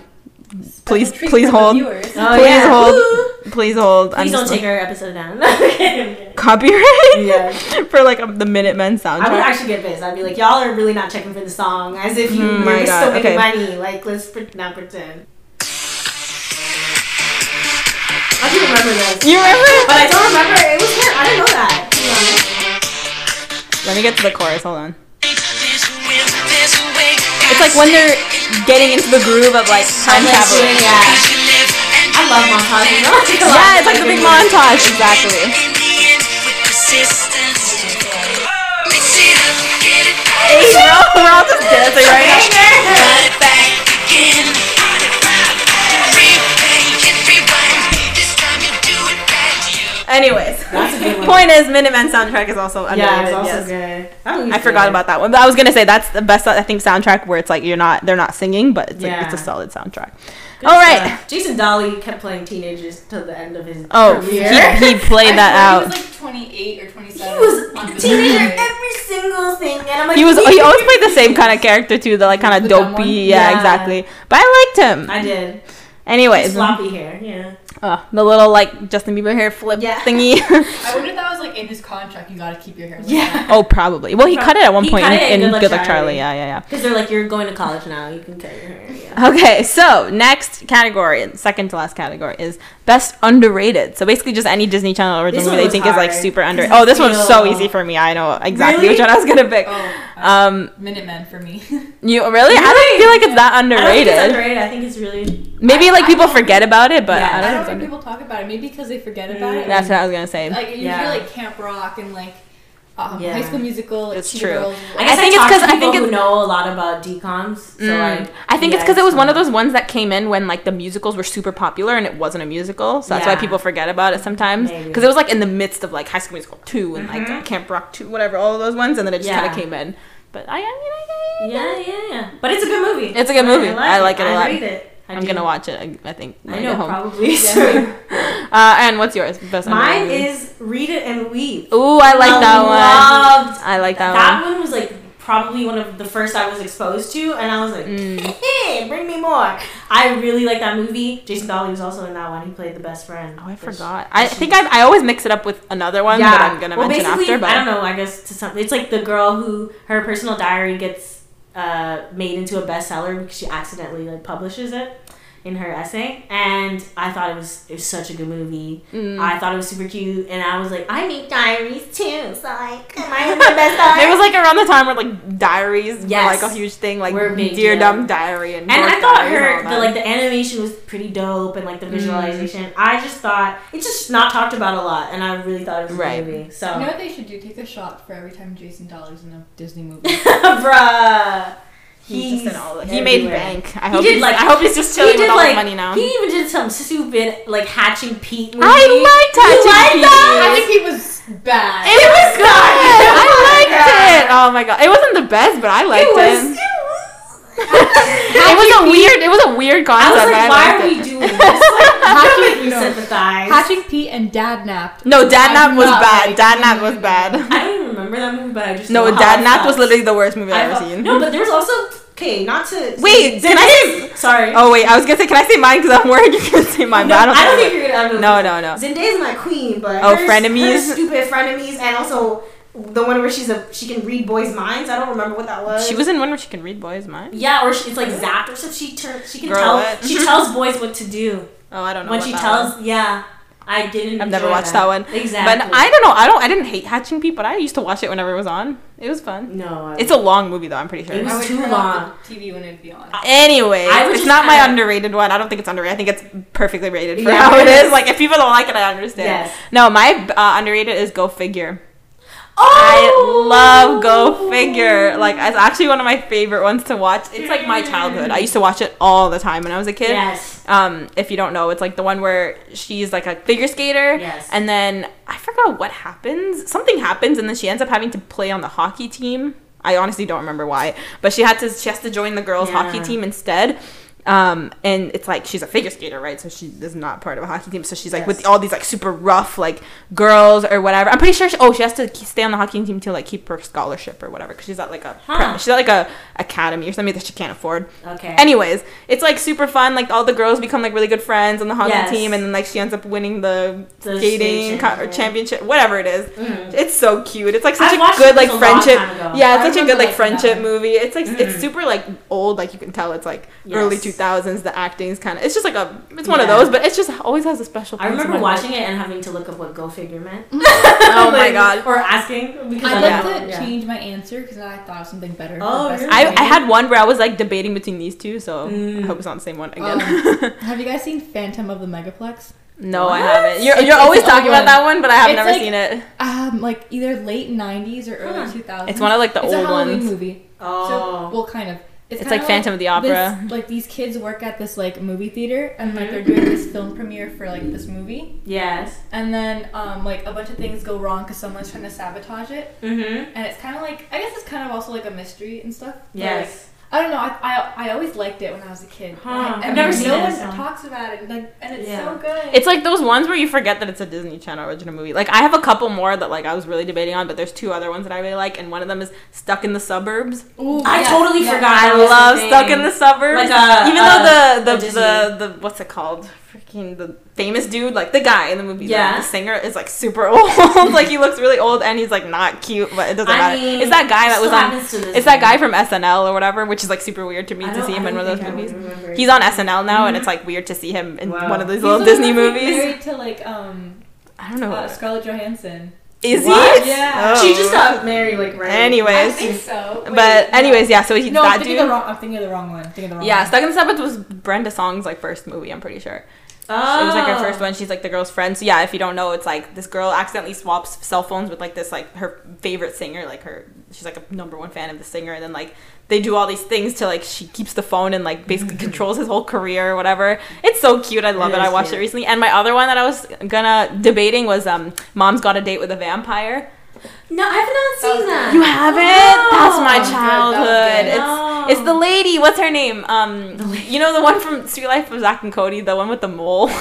Speaker 6: Special
Speaker 3: Please,
Speaker 6: treat
Speaker 3: please
Speaker 6: for the
Speaker 3: hold.
Speaker 6: viewers.
Speaker 2: Oh,
Speaker 3: Please
Speaker 2: yeah.
Speaker 3: hold.
Speaker 2: Woo.
Speaker 3: Please hold.
Speaker 2: Please don't
Speaker 3: just-
Speaker 2: take our episode down. I
Speaker 3: copyright.
Speaker 2: Yeah.
Speaker 3: for like um, the Minutemen
Speaker 2: would
Speaker 3: soundtrack.
Speaker 2: actually get pissed. I'd be like, y'all are really not checking for the song, as if you,
Speaker 3: Mm, my
Speaker 2: you're
Speaker 3: God,
Speaker 2: still making
Speaker 3: okay.
Speaker 2: money. Like, let's pre- not pretend. I do remember this,
Speaker 3: You remember?
Speaker 2: but I don't remember. It was her. I didn't know that. to be honest.
Speaker 3: Let me get to the chorus. Hold on. It's like when they're getting into the groove of like time travel.
Speaker 2: Yeah. I love montages.
Speaker 3: Yeah, it's like the big montage. Exactly. Hey, bro, we're all just dancing right now. Anyways,
Speaker 2: That's a good one.
Speaker 3: point is, Minutemen soundtrack is also underrated.
Speaker 2: Yeah, it's also
Speaker 3: yes.
Speaker 2: good. That movie's
Speaker 3: I forgot
Speaker 2: good.
Speaker 3: about that one, but I was gonna say that's the best I think soundtrack where it's like you're not they're not singing, but it's
Speaker 2: Yeah.
Speaker 3: like, it's a solid soundtrack. All right.
Speaker 2: Uh, Jason Dolly kept playing teenagers till the end of his
Speaker 3: Oh, he,
Speaker 2: career.
Speaker 3: he played that
Speaker 6: I
Speaker 3: out.
Speaker 6: thought He was like 28 or 27.
Speaker 2: He was
Speaker 6: on
Speaker 2: a
Speaker 6: this
Speaker 2: teenager
Speaker 6: movie.
Speaker 2: every single thing, and I'm like,
Speaker 3: He was he always played the same kind of character too, the like kind
Speaker 6: The
Speaker 3: of
Speaker 6: dumb one?
Speaker 3: dopey. Yeah,
Speaker 2: Yeah.
Speaker 3: exactly. But I liked him.
Speaker 2: I did.
Speaker 3: Anyways,
Speaker 2: Sloppy hair, yeah.
Speaker 3: uh, the little like Justin Bieber hair flip
Speaker 2: Yeah.
Speaker 3: thingy.
Speaker 6: I wonder if that was like in his contract. You gotta keep your hair. Like
Speaker 2: Yeah.
Speaker 3: oh, probably. Well, he cut it at one
Speaker 2: He
Speaker 3: point
Speaker 2: cut
Speaker 3: in,
Speaker 2: it in
Speaker 3: in
Speaker 2: Good Luck
Speaker 3: Good Luck
Speaker 2: Charlie.
Speaker 3: Charlie. Yeah, yeah, yeah.
Speaker 2: Because they're like, you're going to college now, you can cut your hair. Yeah.
Speaker 3: Okay, so next category, and second to last category, is best underrated. So basically, just any Disney Channel original
Speaker 2: one
Speaker 3: movie they
Speaker 2: was
Speaker 3: think is like
Speaker 2: hard,
Speaker 3: super
Speaker 2: 'cause
Speaker 3: underrated.
Speaker 2: I
Speaker 3: Oh, this one's so
Speaker 2: feel-
Speaker 3: easy for me. I know exactly
Speaker 2: Really?
Speaker 3: which one I was gonna pick.
Speaker 6: Oh,
Speaker 3: Um,
Speaker 6: Minutemen for me.
Speaker 3: you really? I don't feel like it's that
Speaker 2: I don't think
Speaker 3: underrated.
Speaker 2: it's underrated. I think it's really.
Speaker 3: Maybe like
Speaker 6: I
Speaker 3: people
Speaker 6: don't-
Speaker 3: forget about it, but
Speaker 2: Yeah,
Speaker 3: I
Speaker 6: I
Speaker 3: don't
Speaker 6: don't
Speaker 3: think
Speaker 6: know
Speaker 3: it's
Speaker 6: think
Speaker 3: under-
Speaker 6: people talk about it. Maybe because they forget about it.
Speaker 3: That's what I was gonna say.
Speaker 6: Like you
Speaker 2: Yeah.
Speaker 6: hear like Camp Rock and like um,
Speaker 2: Yeah.
Speaker 6: High School Musical. Like,
Speaker 3: It's
Speaker 6: Cheetah
Speaker 3: true.
Speaker 6: Girls.
Speaker 2: I, guess I
Speaker 3: think
Speaker 2: think
Speaker 3: it's
Speaker 2: it's
Speaker 3: 'cause
Speaker 2: because
Speaker 3: I think
Speaker 2: who
Speaker 3: it's-
Speaker 2: know a lot about decoms, so
Speaker 3: Mm.
Speaker 2: like,
Speaker 3: I think it's
Speaker 2: yeah,
Speaker 3: because it was one of
Speaker 2: fun.
Speaker 3: those ones that came in when like the musicals were super popular and it wasn't a musical, so that's why
Speaker 2: Yeah.
Speaker 3: people forget about it sometimes.
Speaker 2: Maybe. Mm-hmm.
Speaker 3: Because it was like in the midst of like High School Musical two and like uh, Camp Rock two, whatever, all of those ones, and then it just
Speaker 2: Yeah.
Speaker 3: kind of came in. But I, I mean, I, I
Speaker 2: Yeah, yeah, yeah. But it's a good movie.
Speaker 3: It's a good movie. I like it a lot.
Speaker 2: rate it. I
Speaker 3: I'm
Speaker 2: do.
Speaker 3: gonna watch it. I, I think. when
Speaker 2: I
Speaker 3: I get
Speaker 2: know,
Speaker 3: home.
Speaker 2: probably.
Speaker 6: Yeah.
Speaker 3: Uh, and what's yours? Best
Speaker 2: Mine
Speaker 3: underrated
Speaker 2: is Read It and Weep.
Speaker 3: movie? Ooh, I like that one.
Speaker 2: Loved
Speaker 3: I like that,
Speaker 2: that one was like probably one of the first I was exposed to, and I was like,
Speaker 3: Mm.
Speaker 2: "Hey, bring me more." I really like that movie. Jason Dolly was also in that one. He played the best friend.
Speaker 3: one. Oh, I
Speaker 2: which-
Speaker 3: forgot. I think I, I always mix it up with another one that I'm gonna mention after. But
Speaker 2: I don't know. I guess to some, it's like the girl who her personal diary gets uh, made into a bestseller because she accidentally like publishes it in her essay. And I thought it was it was such a good movie.
Speaker 3: Mm.
Speaker 2: I thought it was super cute, and I was like, I make diaries too, so like, am I the bestseller?
Speaker 3: It was like around the time where like diaries
Speaker 2: Yes.
Speaker 3: were like a huge thing, like
Speaker 2: Were a big
Speaker 3: Dear
Speaker 2: deal.
Speaker 3: Dumb Diary and.
Speaker 2: And
Speaker 3: Dork
Speaker 2: I thought
Speaker 3: Diaries and
Speaker 2: her
Speaker 3: all Mm.
Speaker 2: the
Speaker 3: that.
Speaker 2: like the animation was pretty dope and like the visualization. I just thought it's just not talked about a lot, and I really thought it was a good
Speaker 3: Right.
Speaker 2: movie. So,
Speaker 6: You know what they should do? Take a shot for every time Jason Dolly's in a Disney movie.
Speaker 2: bruh,
Speaker 3: He's
Speaker 2: he's
Speaker 3: just in all of- he made
Speaker 2: everywhere.
Speaker 3: bank. I
Speaker 2: He
Speaker 3: hope
Speaker 2: did,
Speaker 3: he's,
Speaker 2: like-
Speaker 3: I hope he's just chilling
Speaker 2: he
Speaker 3: with
Speaker 2: did
Speaker 3: all
Speaker 2: like
Speaker 3: his money now.
Speaker 2: he even did some stupid like hatching Pete movie.
Speaker 3: I liked
Speaker 2: You
Speaker 3: Hatchet
Speaker 2: liked
Speaker 3: Pete.
Speaker 2: that?
Speaker 6: I think he was
Speaker 2: bad.
Speaker 3: It was good. I liked it. Oh my god, it wasn't the best, but I liked it.
Speaker 2: was-
Speaker 3: it was a weird. It was a weird
Speaker 2: I
Speaker 3: concept.
Speaker 2: was
Speaker 3: but
Speaker 2: like, why
Speaker 3: liked
Speaker 2: are
Speaker 3: it.
Speaker 2: we doing this? Like, how can we
Speaker 1: No.
Speaker 2: sympathize?
Speaker 1: Hatching Pete and Dad napped.
Speaker 3: No, Dad Nap was
Speaker 1: not
Speaker 3: bad.
Speaker 1: like-
Speaker 3: Dad Nap was bad.
Speaker 2: I don't even remember that movie, but I just
Speaker 3: No,
Speaker 2: know how
Speaker 3: Dad
Speaker 2: I
Speaker 3: Nap
Speaker 2: felt.
Speaker 3: was literally the worst movie
Speaker 2: I
Speaker 3: I've ever
Speaker 2: felt-
Speaker 3: seen.
Speaker 2: No, but there was also okay, not to
Speaker 3: Wait, can I say?
Speaker 2: sorry.
Speaker 3: Oh wait, I was gonna say, can I say mine? Because I'm worried you're gonna say mine.
Speaker 2: no,
Speaker 3: but I don't.
Speaker 2: think you're gonna.
Speaker 3: No, no, no.
Speaker 2: Zendaya's my queen, but
Speaker 3: Oh,
Speaker 2: her,
Speaker 3: frenemies?
Speaker 2: her stupid frenemies, and also the one where she's a she can read boys' minds. I don't remember what that was.
Speaker 3: She was in one where she can read boys' minds.
Speaker 2: yeah, or she, it's like zapped or something. She turns. She can
Speaker 3: Girl,
Speaker 2: tell.
Speaker 3: what?
Speaker 2: She tells boys what to do
Speaker 3: Oh, I don't know.
Speaker 2: when
Speaker 3: what
Speaker 2: she
Speaker 3: that
Speaker 2: tells.
Speaker 3: was.
Speaker 2: Yeah, I didn't.
Speaker 3: I've never
Speaker 2: enjoy
Speaker 3: watched that one.
Speaker 2: Exactly.
Speaker 3: But I don't know. I don't. I didn't hate Hatching Pete, but I used to watch it whenever it was on. It was fun.
Speaker 2: No, I,
Speaker 3: It's a long movie though. I'm pretty
Speaker 2: It
Speaker 3: sure.
Speaker 2: was
Speaker 6: I would
Speaker 2: too
Speaker 6: turn
Speaker 2: long.
Speaker 6: off the TV when it'd be on.
Speaker 3: Anyway,
Speaker 2: I was
Speaker 3: it's
Speaker 2: just
Speaker 3: not my
Speaker 2: kinda-
Speaker 3: underrated one. I don't think it's underrated. I think it's perfectly rated for
Speaker 2: Yeah.
Speaker 3: how it is. Like if people don't like it, I understand.
Speaker 2: Yes.
Speaker 3: No, my uh, underrated is Go Figure.
Speaker 2: Oh!
Speaker 3: I love Go Figure. Like it's actually one of my favorite ones to watch. It's like my childhood. I used to watch it all the time when I was a kid.
Speaker 2: Yes.
Speaker 3: Um, if you don't know, it's like the one where she's like a figure skater,
Speaker 2: Yes.
Speaker 3: and then I forgot what happens. Something happens, and then she ends up having to play on the hockey team. I honestly don't remember why, but she had to. She has to join the girls' hockey
Speaker 2: Yeah.
Speaker 3: team instead. Um, and it's like she's a figure skater, right? So she is not part of a hockey team. So she's like with
Speaker 2: Yes.
Speaker 3: all these like super rough like girls or whatever. I'm pretty sure. She, oh, she has to ke- stay on the hockey team to like keep her scholarship or whatever because she's at like a pre-
Speaker 2: Huh.
Speaker 3: she's at like a academy or something that she can't afford.
Speaker 2: Okay.
Speaker 3: Anyways, it's like super fun. Like all the girls become like really good friends on the hockey
Speaker 2: Yes.
Speaker 3: team, and then like she ends up winning the,
Speaker 2: The state
Speaker 3: skating co- or
Speaker 2: championship.
Speaker 3: championship, whatever it is.
Speaker 2: Mhm.
Speaker 3: It's so cute. It's like such
Speaker 2: I've
Speaker 3: a
Speaker 2: watched it
Speaker 3: good like
Speaker 2: a long
Speaker 3: friendship.
Speaker 2: time ago.
Speaker 3: Yeah, it's
Speaker 6: I
Speaker 3: such a
Speaker 6: remember
Speaker 3: good like
Speaker 6: liking that
Speaker 3: friendship
Speaker 6: one.
Speaker 3: movie. It's like it's
Speaker 2: Mhm.
Speaker 3: super like old. Like you can tell it's like
Speaker 2: Yes.
Speaker 3: early two thousands. The acting's kind of. It's just like a. It's one of
Speaker 2: Yeah.
Speaker 3: those, but it just always has a special.
Speaker 2: I
Speaker 3: place in
Speaker 2: remember
Speaker 3: my heart.
Speaker 2: watching it and having to look up what go figure meant.
Speaker 3: Oh my
Speaker 2: Like,
Speaker 3: god.
Speaker 2: Or asking because
Speaker 6: I'd
Speaker 2: I
Speaker 6: like to
Speaker 2: don't know.
Speaker 6: change my answer because I thought of something better. for
Speaker 2: Oh,
Speaker 6: best
Speaker 2: really?
Speaker 3: I,
Speaker 6: movie.
Speaker 3: I had one where I was like debating between these two, so
Speaker 2: Mm. Oh.
Speaker 3: I hope it's not the same one again.
Speaker 6: Um, have you guys seen Phantom of the Megaplex?
Speaker 3: no, I
Speaker 2: What?
Speaker 3: haven't. You're,
Speaker 6: It's-
Speaker 3: you're
Speaker 6: it's
Speaker 3: always
Speaker 6: an old
Speaker 3: talking about
Speaker 6: one.
Speaker 3: that one, but I have
Speaker 6: It's
Speaker 3: never
Speaker 6: like-
Speaker 3: seen it.
Speaker 6: Um, like either late '90s or early 2000s.
Speaker 2: um,
Speaker 3: It's one of like the
Speaker 6: It's a
Speaker 3: old
Speaker 6: Halloween
Speaker 3: ones.
Speaker 6: movie. So,
Speaker 2: Oh.
Speaker 6: well, kind of.
Speaker 3: It's
Speaker 6: kinda
Speaker 3: like Phantom of the Opera.
Speaker 6: This, like these kids work at this like movie theater, and like they're doing this film premiere for like this movie,
Speaker 2: Yes.
Speaker 6: and then um, like a bunch of things go wrong because someone's trying to sabotage it,
Speaker 2: Mm-hmm.
Speaker 6: and it's kind of like I guess it's kind of also like a mystery and stuff. but, like,
Speaker 2: Yes.
Speaker 6: I don't know. I, I, I always liked it when I was a kid.
Speaker 2: Huh.
Speaker 6: Like,
Speaker 2: I've
Speaker 6: and
Speaker 2: never
Speaker 6: no
Speaker 2: seen
Speaker 6: one
Speaker 2: it, so-
Speaker 6: talks about it, and, like, and it's
Speaker 2: Yeah.
Speaker 6: so good.
Speaker 3: It's like those ones where you forget that it's a Disney Channel original movie. Like I have a couple more that like I was really debating on, but there's two other ones that I really like, and one of them is Stuck in the Suburbs.
Speaker 6: Ooh,
Speaker 2: I
Speaker 6: yes,
Speaker 2: totally
Speaker 6: yes.
Speaker 2: forgot.
Speaker 3: I
Speaker 2: that was a
Speaker 3: love
Speaker 2: thing.
Speaker 3: Stuck in the
Speaker 2: Like
Speaker 3: Suburbs.
Speaker 2: a-
Speaker 3: Even
Speaker 2: a-
Speaker 3: though
Speaker 2: a
Speaker 3: the the,
Speaker 2: Disney.
Speaker 3: the the what's it called? Freaking the famous dude, like the guy in the movie, the-
Speaker 2: Yeah.
Speaker 3: the, singer is like super old. like he looks really old and he's like not cute, but it doesn't
Speaker 2: I
Speaker 3: matter.
Speaker 2: mean,
Speaker 3: it's that guy that
Speaker 2: still
Speaker 3: was on.
Speaker 2: happens to this
Speaker 3: It's that
Speaker 2: day.
Speaker 3: guy from SNL or whatever, which is like super weird to me
Speaker 2: I
Speaker 3: to
Speaker 2: don't-
Speaker 3: see him
Speaker 2: I
Speaker 3: in
Speaker 2: don't
Speaker 3: one of
Speaker 2: think
Speaker 3: those
Speaker 2: I would
Speaker 3: movies.
Speaker 2: remember
Speaker 3: He's
Speaker 2: it.
Speaker 3: on SNL now, and it's like weird to see him in
Speaker 2: Wow.
Speaker 3: one of these
Speaker 6: He's
Speaker 3: little
Speaker 6: the one
Speaker 3: Disney
Speaker 6: that's, like,
Speaker 3: movies. Oh.
Speaker 6: Married to like um
Speaker 3: I don't know.
Speaker 6: uh, Scarlett Johansson.
Speaker 3: Is
Speaker 2: What?
Speaker 3: he? Oh.
Speaker 6: Yeah.
Speaker 2: She just got married like right.
Speaker 6: I
Speaker 3: Anyways,
Speaker 6: think so. Wait,
Speaker 3: but
Speaker 6: no.
Speaker 3: anyways, yeah. So he's
Speaker 6: no, I'm
Speaker 3: that
Speaker 6: thinking
Speaker 3: dude.
Speaker 6: the wrong. I'm thinking of the wrong one. I'm thinking of the wrong.
Speaker 3: yeah,
Speaker 6: one.
Speaker 3: Stuck in the Suburbs was Brenda Song's like first movie. I'm pretty sure
Speaker 2: Oh.
Speaker 3: it was like her first one. She's like the girl's friend. So yeah, if you don't know, it's like this girl accidentally swaps cell phones with like this like her favorite singer. Like her, she's like a number one fan of the singer, and then like they do all these things to like she keeps the phone and like basically controls his whole career or whatever. It's so cute. I love
Speaker 2: It
Speaker 3: it. I
Speaker 2: is
Speaker 3: watched
Speaker 2: cute.
Speaker 3: it recently. And my other one that I was gonna debating was um, Mom's Got a Date with a Vampire.
Speaker 2: No, I've not seen that.
Speaker 3: You haven't? That's my childhood.
Speaker 6: good.
Speaker 2: No.
Speaker 3: It's it's the lady. What's her name? Um, you know the one from Sweet Life of Zach and Cody, the one with the mole.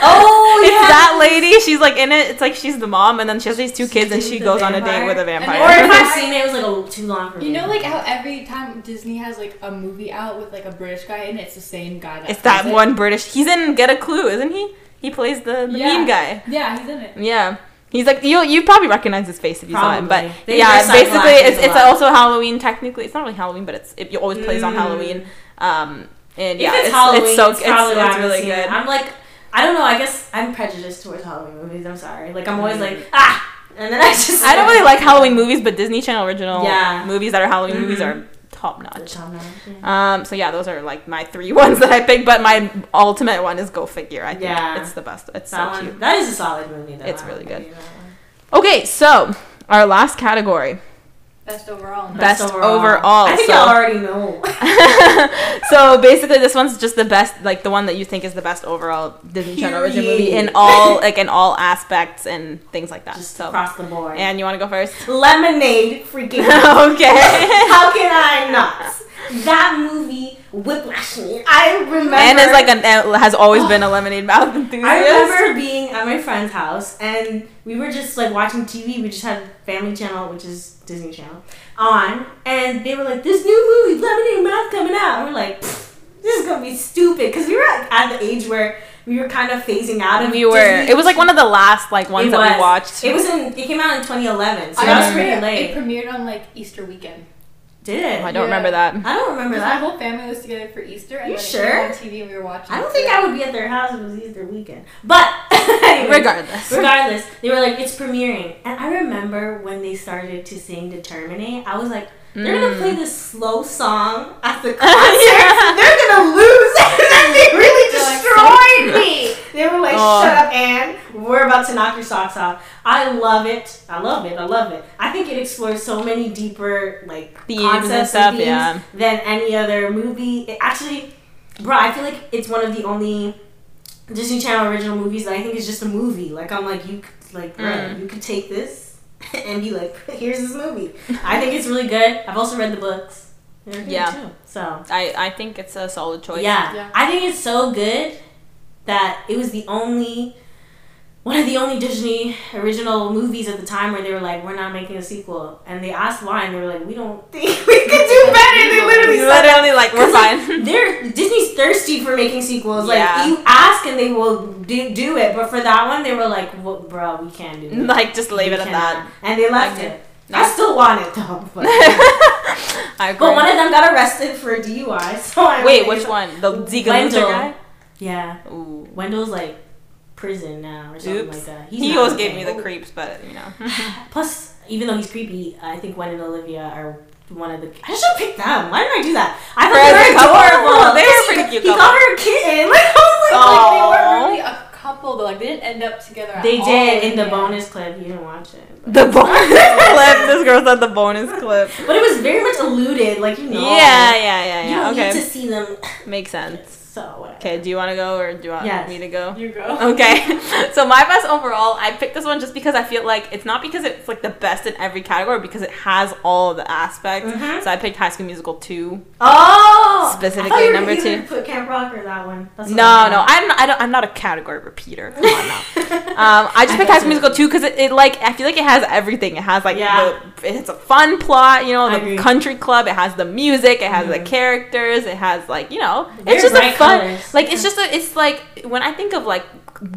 Speaker 2: Oh
Speaker 3: it's
Speaker 2: yeah.
Speaker 3: that lady. She's like in it. It's like she's the mom, and then she has these two kids, and
Speaker 2: She's
Speaker 3: she
Speaker 2: the
Speaker 3: goes on a date
Speaker 2: vampire.
Speaker 3: with a
Speaker 6: And
Speaker 2: Or if
Speaker 3: vampire.
Speaker 2: I've seen it, it was like a little too long for me.
Speaker 6: You know, like how every time Disney has like a movie out with like a British guy in it, it's the same guy. That
Speaker 3: It's that
Speaker 6: plays it.
Speaker 3: one British. He's in Get a Clue, isn't he? He plays the, the
Speaker 6: Yeah.
Speaker 3: meme guy.
Speaker 6: Yeah, he's in it.
Speaker 3: Yeah. He's like you. You probably recognize his face if you saw him, but
Speaker 2: Probably. They
Speaker 3: yeah,
Speaker 2: dress up
Speaker 3: basically,
Speaker 2: black
Speaker 3: it's,
Speaker 2: people
Speaker 3: it's
Speaker 2: up.
Speaker 3: also Halloween. Technically, it's not really Halloween, but it's it always plays on
Speaker 2: Mm.
Speaker 3: Halloween. Um, and
Speaker 2: if
Speaker 3: yeah,
Speaker 2: it's, Halloween, it's,
Speaker 3: so
Speaker 2: probably why I
Speaker 3: it's
Speaker 2: haven't
Speaker 3: really
Speaker 2: seen it.
Speaker 3: good.
Speaker 2: I'm like, I don't know. I guess I'm prejudiced towards Halloween movies. I'm sorry. Like I'm always like ah, and then I just
Speaker 3: I don't really like Halloween movies, but Disney Channel original
Speaker 2: Yeah.
Speaker 3: movies that are Halloween
Speaker 2: Mhm.
Speaker 3: movies are top notch.
Speaker 2: Yeah.
Speaker 3: Um, so yeah, those are like my three ones that I picked, but my ultimate one is Go Figure. I think
Speaker 2: Yeah.
Speaker 3: it's the best. It's
Speaker 2: That
Speaker 3: so cute.
Speaker 2: one, that is a solid movie though.
Speaker 3: It's
Speaker 2: I
Speaker 3: really
Speaker 2: like
Speaker 3: good.
Speaker 2: that one.
Speaker 3: Okay, so our last category
Speaker 6: Best overall.
Speaker 2: Best
Speaker 3: Best,
Speaker 2: overall.
Speaker 3: overall.
Speaker 2: I think
Speaker 3: so-
Speaker 2: y'all already know.
Speaker 3: so basically, this one's just the best, like the one that you think is the best overall Disney Channel original
Speaker 2: Period.
Speaker 3: movie in all, like in all aspects and things like that.
Speaker 2: Just
Speaker 3: so,
Speaker 2: across the board.
Speaker 3: and you want to go first?
Speaker 2: Lemonade freaking.
Speaker 3: okay.
Speaker 2: How can I not? That movie whiplash me. I remember.
Speaker 3: And is like an uh, has always been a lemonade mouth
Speaker 2: I
Speaker 3: enthusiast.
Speaker 2: remember being at my friend's house and we were just like watching TV. We just had Family Channel, which is Disney Channel, on, and they were like, "This new movie, Lemonade Mouth, coming out." And we're like, "Pfft, "This is gonna be stupid," because we were at the age where we were kind of phasing out of
Speaker 3: We were.
Speaker 2: Disney.
Speaker 3: It was like one of the last like ones
Speaker 2: It
Speaker 3: that
Speaker 2: was.
Speaker 3: we watched.
Speaker 2: It was in. It came out in 2011, so
Speaker 6: I
Speaker 2: that was
Speaker 6: remember
Speaker 2: pretty
Speaker 6: it-
Speaker 2: late.
Speaker 6: It premiered on like Easter weekend.
Speaker 2: Did it?
Speaker 3: Oh,
Speaker 2: I
Speaker 3: I
Speaker 2: don't,
Speaker 3: don't
Speaker 6: Yeah.
Speaker 3: remember that.
Speaker 2: remember
Speaker 6: 'Cause my
Speaker 2: that.
Speaker 6: whole family was together for Easter, and
Speaker 2: You
Speaker 6: then
Speaker 2: sure?
Speaker 6: it came on TV and we were watching.
Speaker 2: I don't
Speaker 6: it
Speaker 2: think
Speaker 6: together.
Speaker 2: I would be at their house. It was Easter weekend, but anyway.
Speaker 3: Regardless.
Speaker 2: Regardless, they were like, it's premiering. And I remember when they started to sing Determinate, I was like, they're gonna play this slow song at the concert. They're gonna lose. and then they really destroyed me. They were like,
Speaker 3: Oh.
Speaker 2: shut up, Anne. We're about to knock your socks off. I love it. I love it. I love it. I think it explores so many deeper, like,
Speaker 3: Themes and
Speaker 2: concepts and
Speaker 3: stuff,
Speaker 2: themes
Speaker 3: yeah.
Speaker 2: than any other movie. It actually, bro, I feel like it's one of the only Disney Channel original movies that I think is just a movie. Like I'm like you, could, like bro, you could take this and be like, here's this movie. I think it's really good. I've also read the books. They're good
Speaker 3: Yeah.
Speaker 2: Too. So
Speaker 3: I I think it's a solid choice.
Speaker 2: yeah.
Speaker 6: Yeah.
Speaker 2: I think it's so good that it was the only. One of the only Disney original movies at the time where they were like, "We're not making a sequel," and they asked why, and they were like, "We don't think we could do better." They literally said that.
Speaker 3: Literally like we're fine.
Speaker 2: They're Disney's thirsty for making sequels.
Speaker 3: Yeah.
Speaker 2: Like you ask and they will do, do it, but for that one they were like, well, "Bro, we can't do it."
Speaker 3: like just leave
Speaker 2: We
Speaker 3: it at that.
Speaker 2: cannot." And they left
Speaker 3: Okay.
Speaker 2: it.
Speaker 3: No.
Speaker 2: I still want it though. But,
Speaker 3: I agree.
Speaker 2: but one of them got arrested for DUI. So I
Speaker 3: Wait, which one? The Zeke Luther
Speaker 2: Wendell.
Speaker 3: guy?
Speaker 2: Yeah,
Speaker 3: Ooh.
Speaker 2: Wendell's like prison now or something
Speaker 3: Oops.
Speaker 2: like that. He's
Speaker 3: He
Speaker 2: not
Speaker 3: always
Speaker 2: okay.
Speaker 3: gave me the creeps, but you know.
Speaker 2: Plus, even though he's creepy, I think Gwen and Olivia are one of the. I should pick them. Why did I do that? I thought
Speaker 3: Friends
Speaker 2: they were
Speaker 3: are couple.
Speaker 2: adorable.
Speaker 3: They were
Speaker 2: He-
Speaker 3: pretty cute
Speaker 2: He
Speaker 3: couple.
Speaker 2: got her a kitten. Like I was like,
Speaker 3: Aw.
Speaker 6: They
Speaker 3: Aw.
Speaker 6: were really a couple, but like they didn't end up together. At
Speaker 2: They
Speaker 6: all
Speaker 2: did in the
Speaker 6: end.
Speaker 2: bonus clip. You didn't watch it. But,
Speaker 3: The bonus clip. This girl said the bonus clip.
Speaker 2: but it was very much alluded, like you know.
Speaker 3: Yeah, yeah, yeah,
Speaker 2: You
Speaker 3: yeah.
Speaker 2: don't
Speaker 3: Okay.
Speaker 2: need to see them.
Speaker 3: Makes sense.
Speaker 2: So whatever.
Speaker 3: Okay, do you want to go or do you want
Speaker 2: Yes.
Speaker 3: me to go?
Speaker 6: You go.
Speaker 3: Okay, so my best overall, I picked this one just because I feel like it's not because it's like the best in every category, because it has all the aspects.
Speaker 2: Mhm.
Speaker 3: So I picked High School Musical 2.
Speaker 2: Oh, I
Speaker 3: Specifically
Speaker 2: thought you were
Speaker 3: number
Speaker 2: either
Speaker 3: two.
Speaker 2: to Put Camp Rock or that one. That's
Speaker 3: No,
Speaker 2: what I
Speaker 3: no,
Speaker 2: thought.
Speaker 3: I'm not, I don't, I'm not a category repeater. Come on now. Um, I just
Speaker 2: I got
Speaker 3: picked High School
Speaker 2: you.
Speaker 3: Musical 2 because it, it like I feel like it has everything. It has like
Speaker 2: Yeah.
Speaker 3: the, it's a fun plot, you know,
Speaker 2: I
Speaker 3: the
Speaker 2: agree. Mm-hmm.
Speaker 3: country club. It has the music. It has the characters. It has like you know,
Speaker 2: Very
Speaker 3: it's just a
Speaker 2: bright
Speaker 3: fun.
Speaker 2: colors.
Speaker 3: Like it's just a, it's like when I think of like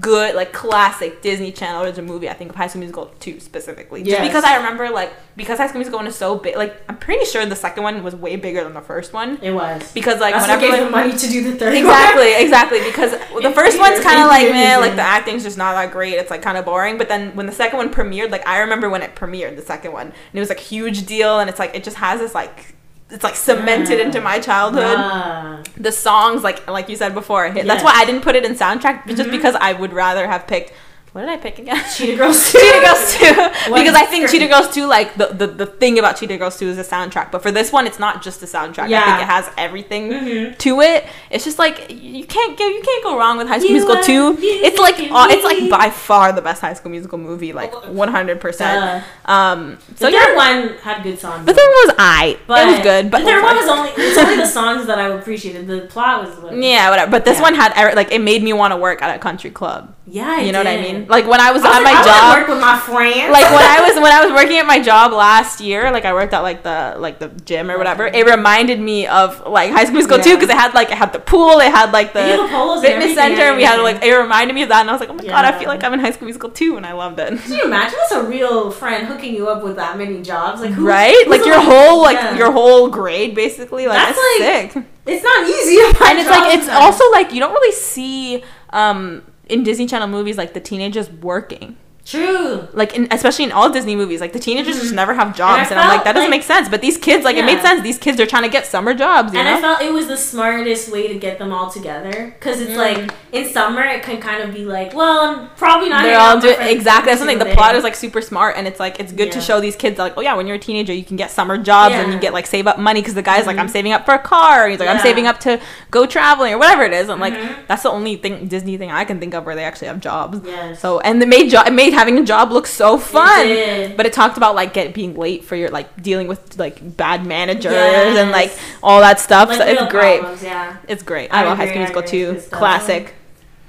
Speaker 3: good like classic Disney Channel original movie, I think of High School Musical 2 specifically.
Speaker 2: Yes.
Speaker 3: Just because I remember like because High School Musical one is so big. Like I'm pretty sure the second one was way bigger than the first one
Speaker 2: It was.
Speaker 3: because like
Speaker 2: That's what
Speaker 3: whenever
Speaker 2: gave them
Speaker 3: like-
Speaker 2: money to do the third
Speaker 3: Exactly, exactly. Because the first one's
Speaker 2: theaters,
Speaker 3: kind
Speaker 2: in
Speaker 3: of like,
Speaker 2: theaters,
Speaker 3: man, like
Speaker 2: and-
Speaker 3: the acting's just not that great. It's like kind of boring. But then when the second one premiered, like I remember when it premiered, the second one, and it was like huge deal. And it's like it just has this like, it's like cemented into my
Speaker 2: one.
Speaker 3: childhood.
Speaker 2: Ah.
Speaker 3: The songs, like like you said before, hit.
Speaker 2: Yes.
Speaker 3: that's why I didn't put it in soundtrack, but just because I would rather have picked. What did I pick again?
Speaker 2: Cheetah Girls.
Speaker 3: Cheetah Girls 2
Speaker 2: What
Speaker 3: because
Speaker 2: is
Speaker 3: I think
Speaker 2: great.
Speaker 3: Cheetah Girls 2 like the, the, the thing about Cheetah Girls 2 is the soundtrack but for this one it's not just the soundtrack I
Speaker 2: Yeah.
Speaker 3: think it has everything
Speaker 2: Mhm.
Speaker 3: to it it's just like you can't go you can't go wrong with High School
Speaker 2: You
Speaker 3: Musical
Speaker 2: are
Speaker 3: 2 it's like
Speaker 2: beautiful.
Speaker 3: uh, it's like by far the best High School Musical movie like
Speaker 2: Oh,
Speaker 3: 100%
Speaker 2: Duh.
Speaker 3: um so
Speaker 2: Uh, the
Speaker 3: yeah
Speaker 2: third one had good songs.
Speaker 3: the third one was I
Speaker 2: But
Speaker 3: it was good but
Speaker 2: the third one was only it's only the songs that I appreciated. The plot was what
Speaker 3: yeah whatever but this
Speaker 2: Yeah.
Speaker 3: one had every- like it made me want to work at a country club
Speaker 2: yeah. it
Speaker 3: you know what I
Speaker 2: did.
Speaker 3: mean like when I was,
Speaker 2: I
Speaker 3: at
Speaker 2: was
Speaker 3: my
Speaker 2: like, I wanna
Speaker 3: job
Speaker 2: work with my friends.
Speaker 3: like when I was when I was working at my job last year, like I worked at like the like the gym or whatever. It reminded me of like High School Musical
Speaker 2: Yeah.
Speaker 3: too because it had like it had the pool, it had like
Speaker 2: They do the
Speaker 3: the
Speaker 2: polos and everything,
Speaker 3: fitness center.
Speaker 2: yeah,
Speaker 3: we had
Speaker 2: yeah,
Speaker 3: like it reminded me of that, and I was like, oh my god, I
Speaker 2: Yeah.
Speaker 3: feel like I'm in High School Musical too, and I loved it.
Speaker 2: Can you imagine that's a real friend hooking you up with that many jobs? Like who,
Speaker 3: right?
Speaker 2: who's
Speaker 3: Like
Speaker 2: the
Speaker 3: your
Speaker 2: one-
Speaker 3: whole like
Speaker 2: Yeah.
Speaker 3: your whole grade basically. Like
Speaker 2: That's,
Speaker 3: that's,
Speaker 2: like,
Speaker 3: sick.
Speaker 2: It's not easy. to find
Speaker 3: And it's like
Speaker 2: jobs
Speaker 3: it's
Speaker 2: now.
Speaker 3: also like you don't really see um in Disney Channel movies like the teenagers working.
Speaker 2: True.
Speaker 3: Like, in, especially in all Disney movies, like the teenagers just never have jobs,
Speaker 2: Mm-hmm. And
Speaker 3: and,
Speaker 2: I
Speaker 3: I'm like,
Speaker 2: felt
Speaker 3: that doesn't
Speaker 2: like-
Speaker 3: make sense. But these kids, like, it made
Speaker 2: Yeah.
Speaker 3: sense. These kids are trying to get summer jobs, you
Speaker 2: And
Speaker 3: know.
Speaker 2: I felt it was the smartest way to get them all together because it's
Speaker 3: Mm.
Speaker 2: like in summer it can kind of be like, well, I'm probably not.
Speaker 3: They're
Speaker 2: hanging out
Speaker 3: all
Speaker 2: with
Speaker 3: doing
Speaker 2: my friends
Speaker 3: exactly
Speaker 2: every
Speaker 3: that's something. The
Speaker 2: single
Speaker 3: plot
Speaker 2: day.
Speaker 3: is like super smart, and it's like it's good to
Speaker 2: Yeah.
Speaker 3: show these kids like, oh yeah, when you're a teenager, you can get summer jobs and
Speaker 2: Yeah. Mm-hmm.
Speaker 3: you get like save up money because the guy's like, I'm saving up for a car. or He's like, I'm
Speaker 2: Yeah.
Speaker 3: saving up to go traveling or whatever it is. I'm
Speaker 2: Mhm.
Speaker 3: like, that's the only thing Disney thing I can think of where they actually have jobs.
Speaker 2: Yes.
Speaker 3: So and they made jo- it made having a job look so fun.
Speaker 2: did.
Speaker 3: But it talked about like get being late for your like dealing with like bad managers
Speaker 2: Yes.
Speaker 3: and like all that stuff.
Speaker 2: Like,
Speaker 3: so
Speaker 2: real
Speaker 3: it's great.
Speaker 2: problems, yeah.
Speaker 3: It's great.
Speaker 2: I
Speaker 3: I, love High
Speaker 2: agree,
Speaker 3: School
Speaker 2: I
Speaker 3: Musical
Speaker 2: agree.
Speaker 3: too.
Speaker 2: It's good.
Speaker 3: Classic.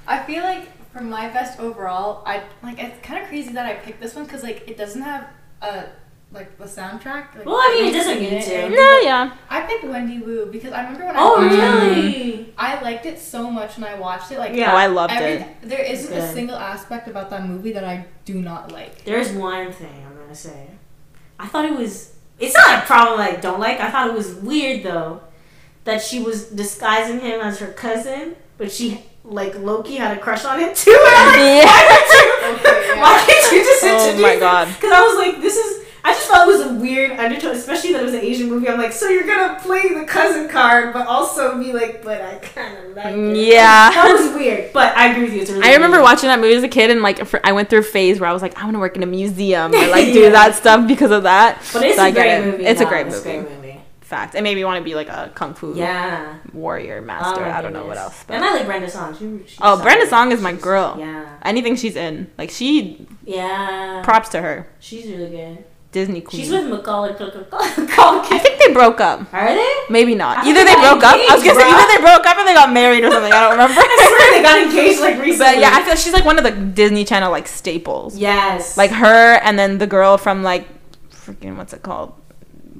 Speaker 6: I feel like for my fest overall, I like it's kind of crazy that I picked this one because like it doesn't have a like the soundtrack. Like,
Speaker 2: Well, I mean, it
Speaker 6: makes
Speaker 2: doesn't
Speaker 6: me
Speaker 2: need
Speaker 6: it.
Speaker 2: to.
Speaker 3: Yeah, yeah.
Speaker 6: I picked Wendy Wu because I remember when
Speaker 2: Oh,
Speaker 6: I
Speaker 3: Mm.
Speaker 6: watched it,
Speaker 2: really?
Speaker 6: I liked it so much when I watched it. Like
Speaker 2: Yeah.
Speaker 3: Oh, I loved
Speaker 6: every,
Speaker 3: it.
Speaker 6: there isn't
Speaker 2: Good.
Speaker 6: a single aspect about that movie that I do not like.
Speaker 2: There's one thing I'm gonna say. I thought it was. It's not a problem I don't like. I thought it was weird though that she was disguising him as her cousin, but she like Loki had a crush on him too. And I'm like, why did
Speaker 3: Yeah.
Speaker 2: you?
Speaker 6: Okay, yeah.
Speaker 2: Why did you just
Speaker 3: Oh
Speaker 2: introduce?
Speaker 3: my God.
Speaker 2: Because I was like, this is. I just thought it was a weird undertone, especially that it was an Asian movie. I'm like, so you're gonna play the cousin card, but also be like, but I kind of like. it.
Speaker 3: Yeah.
Speaker 2: That was weird, but I agree with you. It's really
Speaker 3: I remember
Speaker 2: weird.
Speaker 3: watching that movie as a kid, and like fr- I went through a phase where I was like, I want to work in a museum or like
Speaker 2: Yeah.
Speaker 3: do that stuff because of that.
Speaker 2: But it's
Speaker 3: So I
Speaker 2: a
Speaker 3: get
Speaker 2: great
Speaker 3: it.
Speaker 2: movie.
Speaker 3: It's a
Speaker 2: though.
Speaker 3: great
Speaker 2: It's
Speaker 3: movie.
Speaker 2: movie.
Speaker 3: Fact, it made me want to be like a kung fu
Speaker 2: Yeah.
Speaker 3: warrior
Speaker 2: Oh
Speaker 3: master.
Speaker 2: my
Speaker 3: I don't know what
Speaker 2: goodness.
Speaker 3: else.
Speaker 2: and
Speaker 3: But
Speaker 2: I like Brenda Song. She, she's
Speaker 3: oh, Brenda
Speaker 2: solid.
Speaker 3: Song is my
Speaker 2: She's-
Speaker 3: girl.
Speaker 2: Yeah.
Speaker 3: Anything she's in, like she
Speaker 2: Yeah.
Speaker 3: props to her.
Speaker 2: she's really good.
Speaker 3: Disney queen.
Speaker 2: She's with Macaulay Culkin.
Speaker 3: I
Speaker 2: Culkin.
Speaker 3: think they broke up.
Speaker 2: Are they?
Speaker 3: Maybe not.
Speaker 2: I
Speaker 3: Either
Speaker 2: think
Speaker 3: they
Speaker 2: they got
Speaker 3: broke up. I was gonna say
Speaker 2: engaged,
Speaker 3: either they broke up or they got married or something. I don't remember.
Speaker 2: I swear they got engaged like recently.
Speaker 3: but yeah, I feel she's like one of the Disney Channel like staples.
Speaker 2: yes.
Speaker 3: like her and then the girl from like freaking what's it called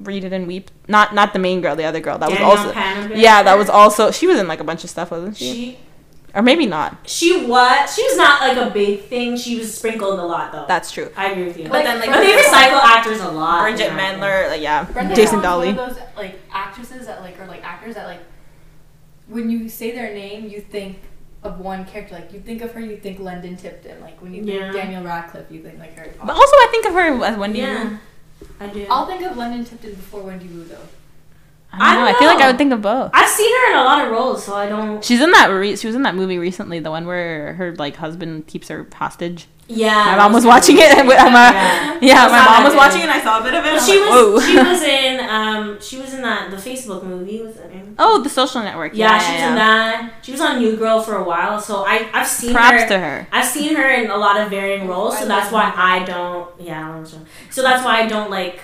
Speaker 3: read it and weep not not the main girl the other girl that
Speaker 2: Danielle
Speaker 3: was also
Speaker 2: Panavic.
Speaker 3: yeah that was also she was in like a bunch of stuff wasn't she,
Speaker 2: She
Speaker 3: or maybe not
Speaker 2: she was she was not like a big thing. She was sprinkled a lot though.
Speaker 3: that's true
Speaker 2: I agree with you.
Speaker 6: But
Speaker 3: then, like,
Speaker 2: but they recycle actors a lot.
Speaker 3: Bridget
Speaker 2: Yeah.
Speaker 3: Mendler like, yeah
Speaker 6: Brenda
Speaker 3: Jason
Speaker 6: Song's
Speaker 3: Dolly
Speaker 6: One of those like actresses that like or like actors that like when you say their name, you think of one character. Like you think of her, you think London Tipton. Like when you think
Speaker 2: Yeah.
Speaker 6: Daniel Radcliffe, you think like Harry Potter.
Speaker 3: but also I think of her as Wendy Wu.
Speaker 2: Yeah. I do.
Speaker 6: I'll think of London Tipton before Wendy Wu though.
Speaker 3: I don't know I feel like I would think of both
Speaker 2: I've seen her in a lot of roles, so I don't.
Speaker 3: she's in that re- she was in that movie recently the one where her like husband keeps her hostage
Speaker 2: Yeah.
Speaker 3: my mom was watching it and we- I'm,
Speaker 2: Yeah.
Speaker 3: uh, yeah
Speaker 2: It's
Speaker 3: my
Speaker 2: not
Speaker 3: mom
Speaker 2: that
Speaker 3: was
Speaker 2: good.
Speaker 3: watching it and I saw a bit of it
Speaker 2: But
Speaker 3: I'm
Speaker 2: she
Speaker 3: like,
Speaker 2: was
Speaker 3: "Whoa."
Speaker 2: she was in um she was in that the Facebook movie was that name?
Speaker 3: oh the social network
Speaker 2: Yeah, she was in that. She was on New Girl for a while, so I I've seen
Speaker 3: props
Speaker 2: her.
Speaker 3: to her
Speaker 2: I've seen her in a lot of varying roles, so
Speaker 6: I
Speaker 2: that's
Speaker 6: love
Speaker 2: why I don't. Yeah, I don't know. so that's why I don't like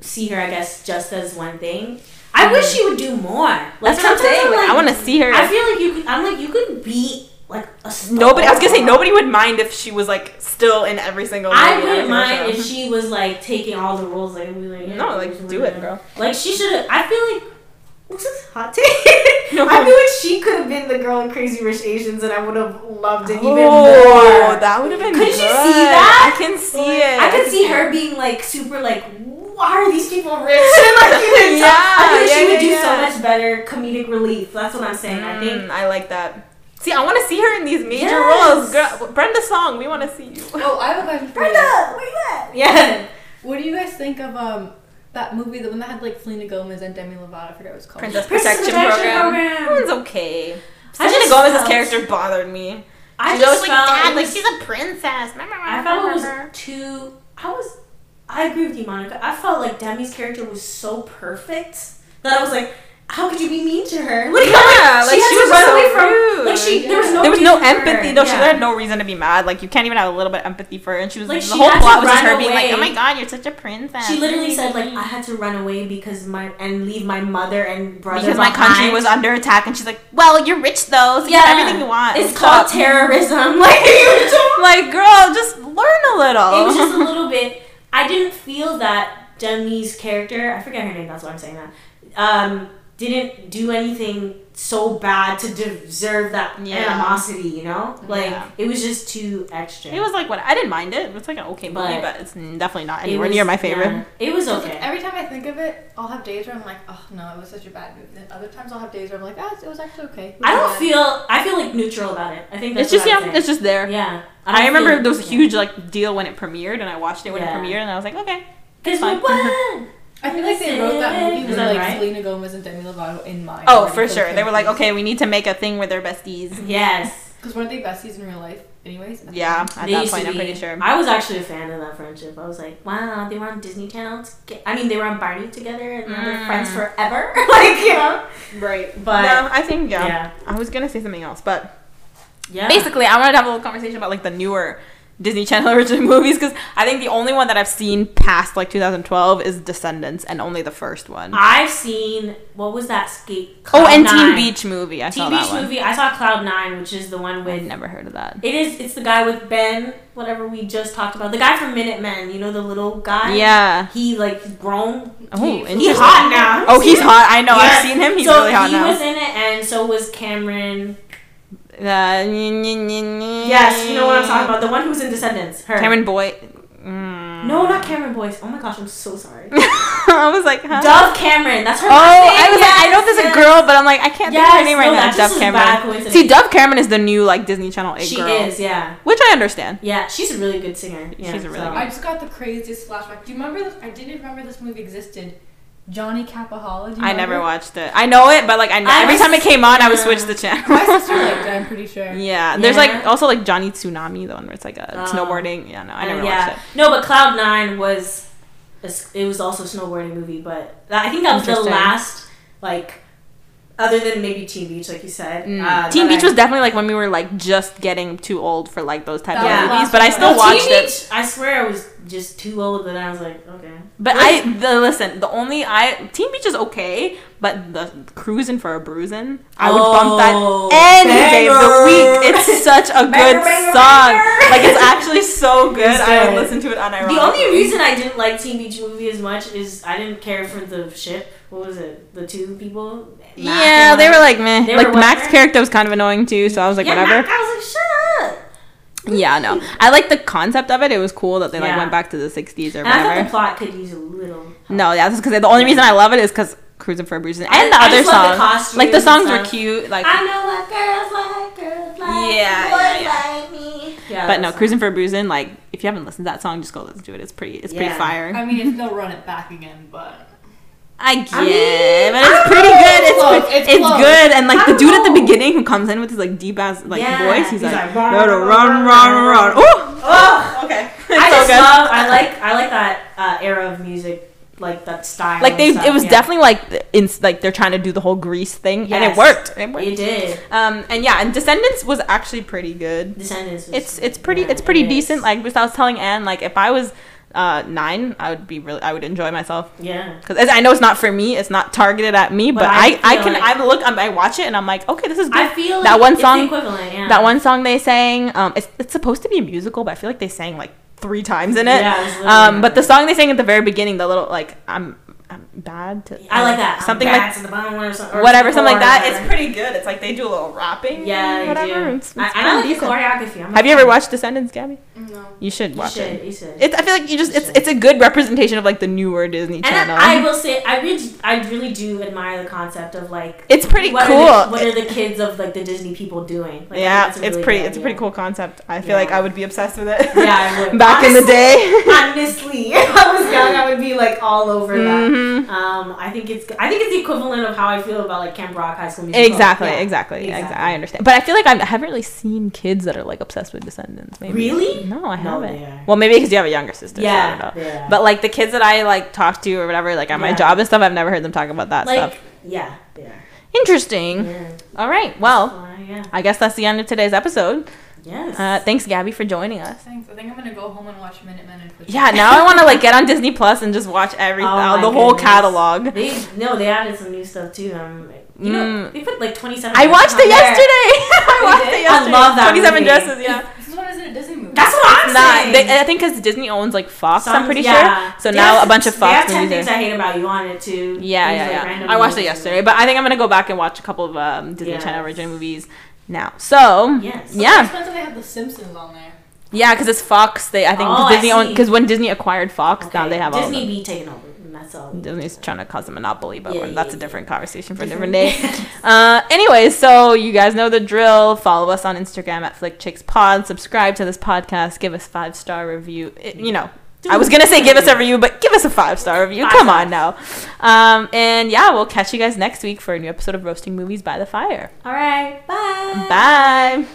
Speaker 2: see her. I guess just as one thing. I wish she would do more. Like,
Speaker 3: That's what I'm
Speaker 2: sometimes
Speaker 3: saying. Like, I want to
Speaker 2: see
Speaker 3: see her.
Speaker 2: I feel like you. Could, I'm like you could be like a star.
Speaker 3: nobody. I was gonna say nobody would mind if she was like still in every single.
Speaker 2: I
Speaker 3: movie, every
Speaker 2: wouldn't
Speaker 3: single
Speaker 2: mind
Speaker 3: show.
Speaker 2: if she was like taking all the roles. Like, I'd be like yeah,
Speaker 3: No, like
Speaker 2: just
Speaker 3: do
Speaker 2: win.
Speaker 3: it, girl.
Speaker 2: Like she should have. I feel like what's this hot take?
Speaker 3: No.
Speaker 2: I feel like she could have been the girl in Crazy Rich Asians, and I would have loved it even more.
Speaker 3: Oh, that would have been.
Speaker 2: Could you
Speaker 3: good.
Speaker 2: see that?
Speaker 3: I can see
Speaker 2: Like,
Speaker 3: it.
Speaker 2: I could see her being like super like, why are these people rich? And, like you can tell- I think
Speaker 3: Yeah,
Speaker 2: she
Speaker 3: yeah,
Speaker 2: would do
Speaker 3: yeah,
Speaker 2: so
Speaker 3: yeah.
Speaker 2: much better comedic relief. That's what I'm saying. I think.
Speaker 3: Mm, I like that. See, I want to see her in these major roles.
Speaker 2: Yes.
Speaker 3: Girl, Brenda Song, we want to see you.
Speaker 6: Oh, I have a question for you.
Speaker 2: Yeah.
Speaker 6: What do you guys think of um that movie, the one that had like Selena Gomez and Demi Lovato? I forget what it was called.
Speaker 3: Princess
Speaker 2: Princess
Speaker 3: Protection,
Speaker 2: Protection
Speaker 3: Program.
Speaker 2: Program.
Speaker 3: That one's okay.
Speaker 2: I
Speaker 3: Selena
Speaker 2: just
Speaker 3: Gomez's
Speaker 2: felt-
Speaker 3: character bothered me.
Speaker 2: I
Speaker 3: She's always
Speaker 2: just
Speaker 3: like,
Speaker 2: felt
Speaker 3: Dad,
Speaker 2: it
Speaker 3: like
Speaker 2: was-
Speaker 3: she's a princess.
Speaker 2: I felt it was too. I was. I agree with you, Monica. I felt like Demi's character was so perfect that I was like, how could you be mean to her? Like,
Speaker 3: Yeah, like,
Speaker 2: she,
Speaker 3: she
Speaker 2: had
Speaker 3: was
Speaker 2: to run
Speaker 3: so
Speaker 2: away from.
Speaker 3: rude.
Speaker 2: Like she, there was no.
Speaker 3: there was no
Speaker 2: reason for her.
Speaker 3: empathy. No, she
Speaker 2: Yeah.
Speaker 3: had no reason to be mad. Like you can't even have a little bit of empathy for her. And she was
Speaker 2: Like,
Speaker 3: like, the
Speaker 2: she
Speaker 3: whole
Speaker 2: had to
Speaker 3: plot was just
Speaker 2: run
Speaker 3: her being like, "Oh
Speaker 2: away.
Speaker 3: my god, you're such a princess."
Speaker 2: She literally said like I had to run away because my and leave my mother and brother
Speaker 3: because my country
Speaker 2: behind."
Speaker 3: was under attack, and she's like, "Well, you're rich though, so you
Speaker 2: Yeah.
Speaker 3: get everything you want."
Speaker 2: It's
Speaker 3: Stop.
Speaker 2: called terrorism. Like you don't-
Speaker 3: Like, girl, just learn a little.
Speaker 2: it was just a little bit. I didn't feel that Demi's character. I forget her name. That's why I'm saying that. Um, didn't do anything so bad to deserve that
Speaker 3: Yeah.
Speaker 2: animosity. You know, like
Speaker 3: Yeah.
Speaker 2: it was just too extra.
Speaker 3: It was like what I didn't mind it. It was like an okay movie,
Speaker 2: But-
Speaker 3: but it's definitely not
Speaker 2: It
Speaker 3: anywhere
Speaker 2: was-
Speaker 3: near my favorite.
Speaker 2: yeah. it was
Speaker 6: Just, like,
Speaker 2: okay.
Speaker 6: Every time I think of it, I'll have days where I'm like, oh no, it was such a bad movie. Then other times I'll have days where I'm like, ah, it was actually okay. It
Speaker 2: I
Speaker 6: wasn't
Speaker 2: don't feel.
Speaker 6: bad."
Speaker 2: I feel like neutral about it. I think that's
Speaker 3: It's just
Speaker 2: what
Speaker 3: yeah,
Speaker 2: I'm saying.
Speaker 3: it's just there.
Speaker 2: yeah. don't
Speaker 3: I remember
Speaker 2: think-
Speaker 3: there was a
Speaker 2: yeah.
Speaker 3: huge like deal when it premiered, and I watched it when
Speaker 2: Yeah.
Speaker 3: it premiered, and I was like, okay.
Speaker 2: Cause
Speaker 3: Fine.
Speaker 2: we won.
Speaker 6: I feel like they wrote that movie
Speaker 2: Is
Speaker 6: with
Speaker 2: that
Speaker 6: like
Speaker 2: right?
Speaker 6: Selena Gomez and Demi Lovato in mind.
Speaker 3: Oh, for sure. They were like, okay, we need to make a thing where they're besties.
Speaker 2: Yes.
Speaker 6: Because weren't they besties in real life, anyways?
Speaker 3: Yeah, at
Speaker 2: They
Speaker 3: that
Speaker 2: used to
Speaker 3: point, I'm
Speaker 2: be-
Speaker 3: pretty sure.
Speaker 2: I was actually a fan of that friendship. I was like, wow, they were on Disney Channel. toge- I mean, they were on Barney together, and now they're
Speaker 3: Mm.
Speaker 2: friends forever. like you know.
Speaker 3: Right.
Speaker 2: But
Speaker 3: no, I think yeah.
Speaker 2: yeah,
Speaker 3: I was gonna say something else, but
Speaker 2: yeah.
Speaker 3: basically, I wanted to have a little conversation about like the newer Disney Channel original movies because I think the only one that I've seen past like 2012 is Descendants, and only the first one.
Speaker 2: I've seen what was that skate?
Speaker 3: oh,
Speaker 2: Cloud
Speaker 3: and Teen
Speaker 2: Ah, Nine.
Speaker 3: Beach movie. I saw
Speaker 2: Teen
Speaker 3: that
Speaker 2: Beach
Speaker 3: one.
Speaker 2: movie. I saw Cloud Nine, which is the one
Speaker 3: I've
Speaker 2: with
Speaker 3: never heard of that.
Speaker 2: It is. It's the guy with Ben, whatever we just talked about. The guy from Minutemen. You know the little guy.
Speaker 3: Yeah.
Speaker 2: He like he's grown.
Speaker 3: Oh,
Speaker 2: He's
Speaker 3: interesting.
Speaker 2: hot now.
Speaker 3: Oh, he's hot. I know.
Speaker 2: Yeah.
Speaker 3: I've seen him. He's
Speaker 2: so
Speaker 3: really hot
Speaker 2: he
Speaker 3: now.
Speaker 2: was in it, and so was Cameron.
Speaker 3: yes,
Speaker 2: Yes, you know what I'm talking about. The one who was in Descendants. Her.
Speaker 3: Cameron Boy. Mm.
Speaker 2: No, not Cameron Boyce. Oh my gosh, I'm so sorry.
Speaker 3: I was like, huh?
Speaker 2: Dove Cameron. That's her.
Speaker 3: Mm-hmm. Oh,
Speaker 2: last name.
Speaker 3: I was like, I know
Speaker 2: Yes,
Speaker 3: there's
Speaker 2: yes.
Speaker 3: a girl, but I'm like, I can't think of
Speaker 2: Yes,
Speaker 3: her name
Speaker 2: no,
Speaker 3: right now.
Speaker 2: that just
Speaker 3: Dove
Speaker 2: was bad
Speaker 3: Cameron.
Speaker 2: coincidence.
Speaker 3: See, Dove Cameron is the new like Disney Channel eight
Speaker 2: She
Speaker 3: girl,
Speaker 2: is. Yeah.
Speaker 3: which I understand.
Speaker 2: Yeah. She's a really good singer. Yeah,
Speaker 3: She's a really
Speaker 2: so-
Speaker 6: I just got the craziest flashback. Do you remember? This? I didn't remember this movie existed. Johnny Capahala. Do you
Speaker 3: I
Speaker 6: remember?
Speaker 3: never watched it. I know it, but like, I kn-
Speaker 2: I
Speaker 3: every
Speaker 2: was-
Speaker 3: time it came on, I would
Speaker 2: yeah.
Speaker 3: switch the
Speaker 6: My
Speaker 3: channel.
Speaker 6: sister liked it. I'm pretty sure.
Speaker 3: yeah, there's like
Speaker 2: Yeah.
Speaker 3: also like Johnny Tsunami, the one where it's like a
Speaker 2: Oh.
Speaker 3: snowboarding. Yeah, no, I
Speaker 2: Uh,
Speaker 3: never
Speaker 2: yeah.
Speaker 3: watched it.
Speaker 2: No, but Cloud Nine was, a s- it was also a snowboarding movie, but that, I think that was the
Speaker 3: Interesting.
Speaker 2: last like, other than maybe Teen Beach, like you said. uh,
Speaker 3: Teen
Speaker 2: that
Speaker 3: Mm. Beach
Speaker 2: I-
Speaker 3: was definitely like when we were like just getting too old for like those type
Speaker 6: Yeah.
Speaker 3: of movies, but I
Speaker 6: No,
Speaker 3: still
Speaker 2: Teen
Speaker 3: watched it.
Speaker 2: Beach, I swear I was just too old, but I was like, okay.
Speaker 3: But I the, listen. The only I Teen Beach is okay, but the cruising for a bruising, I would bump
Speaker 2: Oh,
Speaker 3: that any day of the
Speaker 2: banger.
Speaker 3: week. It's such a
Speaker 2: Banger,
Speaker 3: good
Speaker 2: banger,
Speaker 3: song.
Speaker 2: banger.
Speaker 3: Like it's actually so good.
Speaker 2: It's
Speaker 3: I would
Speaker 2: good.
Speaker 3: listen to it unironically.
Speaker 2: The only reason I didn't like Teen Beach movie as much is I didn't care for the ship. What was it? The two people. Mac
Speaker 3: yeah,
Speaker 2: and-
Speaker 3: they were like meh.
Speaker 2: They
Speaker 3: like
Speaker 2: were
Speaker 3: Mac's
Speaker 2: whatever.
Speaker 3: character was kind of annoying too, so I was like
Speaker 2: yeah, Mac,
Speaker 3: whatever.
Speaker 2: I was like, shut up.
Speaker 3: Yeah, no. I like the concept of it. It was cool that they like
Speaker 2: Yeah.
Speaker 3: went back to the '60s or
Speaker 2: And I thought the
Speaker 3: whatever.
Speaker 2: plot could use a little.
Speaker 3: No, yeah, that's because the only reason I love it is because cruising for a bruising and the
Speaker 2: I
Speaker 3: other
Speaker 2: just love the
Speaker 3: song. like the
Speaker 2: costumes and
Speaker 3: songs were
Speaker 2: stuff.
Speaker 3: cute. Like
Speaker 2: I know what girls like, girls like,
Speaker 3: Yeah,
Speaker 2: boys like me. Yeah,
Speaker 3: But no,
Speaker 2: that's-
Speaker 3: cruising for bruising. Like if you haven't listened to that song, just go listen to it. It's pretty. It's pretty
Speaker 2: Yeah.
Speaker 3: fire.
Speaker 6: I mean, if they'll run it back again, but
Speaker 3: I get,
Speaker 2: I mean,
Speaker 3: it, but
Speaker 2: I
Speaker 3: it's pretty
Speaker 2: don't
Speaker 3: good. It's
Speaker 6: know.
Speaker 3: pre-
Speaker 6: It's
Speaker 3: it's,
Speaker 6: close.
Speaker 3: good. And like
Speaker 2: I
Speaker 3: the
Speaker 2: don't
Speaker 3: dude at the
Speaker 2: know.
Speaker 3: beginning who comes in with his like deep ass like
Speaker 2: Yeah,
Speaker 3: voice, he's,
Speaker 2: he's like,
Speaker 3: like,
Speaker 2: "Run,
Speaker 3: gotta
Speaker 2: run,
Speaker 3: run, run, run. Oh,
Speaker 2: Ugh.
Speaker 3: okay.
Speaker 2: I
Speaker 3: so
Speaker 2: just
Speaker 3: good.
Speaker 2: love. I like. I like that uh, era of music, like that style.
Speaker 3: Like
Speaker 2: and
Speaker 3: they,
Speaker 2: stuff,
Speaker 3: it was
Speaker 2: yeah.
Speaker 3: definitely like in like they're trying to do the whole grease thing, and it
Speaker 2: Yes.
Speaker 3: worked. It worked.
Speaker 2: It did.
Speaker 3: Um, and yeah, and Descendants was actually pretty good.
Speaker 2: Descendants. Was
Speaker 3: it's it's pretty
Speaker 2: yeah,
Speaker 3: it's pretty
Speaker 2: it
Speaker 3: decent.
Speaker 2: is.
Speaker 3: Like I was telling Anne, like if I was uh, nine, I would be really I would enjoy myself.
Speaker 2: yeah.
Speaker 3: Because I know it's not for me, it's not targeted at me, but,
Speaker 2: But I
Speaker 3: I, I,
Speaker 2: feel
Speaker 3: can
Speaker 2: like-
Speaker 3: I look I'm- I watch it and I'm like, okay, this is good.
Speaker 2: I feel like
Speaker 3: That one
Speaker 2: it's
Speaker 3: song-
Speaker 2: the equivalent. Yeah.
Speaker 3: that one song they sang, um, it's, it's supposed to be a musical, but I feel like they sang like three times in it.
Speaker 2: Yeah, it was literally
Speaker 3: um,
Speaker 2: that.
Speaker 3: but the song they sang at the very beginning, the little like I'm I'm bad to um,
Speaker 2: I like that.
Speaker 3: something
Speaker 2: Bats
Speaker 3: like
Speaker 2: at the bottom or some- or
Speaker 3: whatever something like
Speaker 2: or
Speaker 3: that.
Speaker 2: whatever.
Speaker 3: It's pretty good. It's like they do a little rapping.
Speaker 2: Yeah, they
Speaker 3: whatever.
Speaker 2: do.
Speaker 3: It's, it's
Speaker 2: I, and
Speaker 3: pretty
Speaker 2: I like the
Speaker 3: decent.
Speaker 2: choreography. I'm a
Speaker 3: Have you ever
Speaker 2: fan.
Speaker 3: watched Descendants, Gabby?
Speaker 6: no.
Speaker 3: You should
Speaker 2: You
Speaker 3: watch it.
Speaker 2: should. You should.
Speaker 3: It's, I feel like you just
Speaker 2: You
Speaker 3: it's
Speaker 2: should.
Speaker 3: it's a good representation of like the newer Disney
Speaker 2: And
Speaker 3: Channel.
Speaker 2: I, I will say, I really, I really do admire the concept of like.
Speaker 3: it's pretty
Speaker 2: what
Speaker 3: cool.
Speaker 2: Are the, what are the kids of like the Disney people doing? Like,
Speaker 3: yeah,
Speaker 2: I think that's a
Speaker 3: it's
Speaker 2: really
Speaker 3: pretty
Speaker 2: good
Speaker 3: it's a pretty
Speaker 2: idea.
Speaker 3: cool concept. I feel
Speaker 2: Yeah.
Speaker 3: like I would be obsessed with it.
Speaker 2: Yeah, I would.
Speaker 3: Back in the
Speaker 2: Honestly-
Speaker 3: day.
Speaker 2: Honestly, if I was young, I would be like all over
Speaker 3: Mhm.
Speaker 2: that. Um, I think it's, I think it's the equivalent of how I feel about like Camp Rock High School Musical.
Speaker 3: Exactly,
Speaker 2: Yeah.
Speaker 3: exactly,
Speaker 2: Exactly.
Speaker 3: exactly. I understand, but I feel like I'm, I haven't really seen kids that are like obsessed with Descendants. Maybe
Speaker 2: Really?
Speaker 3: No, I
Speaker 2: No,
Speaker 3: haven't.
Speaker 2: they are.
Speaker 3: Well, maybe because you have a younger sister. so I
Speaker 2: Yeah.
Speaker 3: don't know.
Speaker 2: yeah.
Speaker 3: But like the kids that I like talk to or whatever, like at my
Speaker 2: Yeah.
Speaker 3: job and stuff, I've never heard them talk about that
Speaker 2: like,
Speaker 3: stuff. Mm-hmm.
Speaker 2: yeah, yeah,
Speaker 3: Interesting.
Speaker 2: yeah.
Speaker 3: All right. Well,
Speaker 2: Uh, yeah.
Speaker 3: I guess that's the end of today's episode.
Speaker 2: Yes.
Speaker 3: Uh, thanks, Gabby, for joining us.
Speaker 6: Thanks. I think I'm gonna go home and watch Minutemen and Twitch.
Speaker 3: Yeah, now I want to like get on Disney Plus and just watch every
Speaker 2: Oh
Speaker 3: uh,
Speaker 2: my
Speaker 3: the whole
Speaker 2: goodness.
Speaker 3: catalog.
Speaker 2: They no, they added some new stuff too. Um, you know,
Speaker 3: Mm.
Speaker 2: they put like twenty seven.
Speaker 3: I watched it yesterday. I
Speaker 2: You
Speaker 3: watched
Speaker 2: did?
Speaker 3: it
Speaker 2: I
Speaker 3: yesterday.
Speaker 2: love that
Speaker 3: Twenty Seven
Speaker 2: movie.
Speaker 3: Dresses. Yeah.
Speaker 6: This one isn't a Disney movie.
Speaker 2: That's what I'm
Speaker 3: Nah,
Speaker 2: saying.
Speaker 3: they, I think because Disney owns like Fox, I'm
Speaker 2: Songs-
Speaker 3: pretty
Speaker 2: yeah.
Speaker 3: sure. So
Speaker 2: They
Speaker 3: now
Speaker 2: have
Speaker 3: a bunch of
Speaker 2: some-
Speaker 3: Fox
Speaker 2: They have ten
Speaker 3: movies.
Speaker 2: things I
Speaker 3: Are,
Speaker 2: hate about you on it too.
Speaker 3: yeah,
Speaker 2: These,
Speaker 3: yeah,
Speaker 2: like,
Speaker 3: yeah.
Speaker 2: random
Speaker 3: I watched it
Speaker 2: movies.
Speaker 3: yesterday, but I think I'm gonna go back and watch a couple of um, Disney
Speaker 2: Yes.
Speaker 3: Channel original movies now. So
Speaker 2: Yes.
Speaker 3: yeah,
Speaker 6: It's funny that they have The Simpsons on there.
Speaker 3: yeah, because it's Fox. They I think
Speaker 2: Oh, I
Speaker 3: Disney owned
Speaker 2: see.
Speaker 3: because when Disney acquired Fox, now
Speaker 2: Okay,
Speaker 3: they have all. Of
Speaker 2: Disney
Speaker 3: them.
Speaker 2: be taking over. mess up.
Speaker 3: Disney's trying to cause a monopoly, but
Speaker 2: Yeah,
Speaker 3: we're-
Speaker 2: yeah,
Speaker 3: that's a
Speaker 2: yeah.
Speaker 3: different conversation for a different day. uh, anyway, so you guys know the drill. Follow us on Instagram at Flick Chicks Pod. Subscribe to this podcast. Give us five star review. It- you know, I was gonna say give us a review, but give us a five star review. Come on now. Um, and yeah, we'll catch you guys next week for a new episode of Roasting Movies by the Fire.
Speaker 2: All right, bye.
Speaker 3: Bye.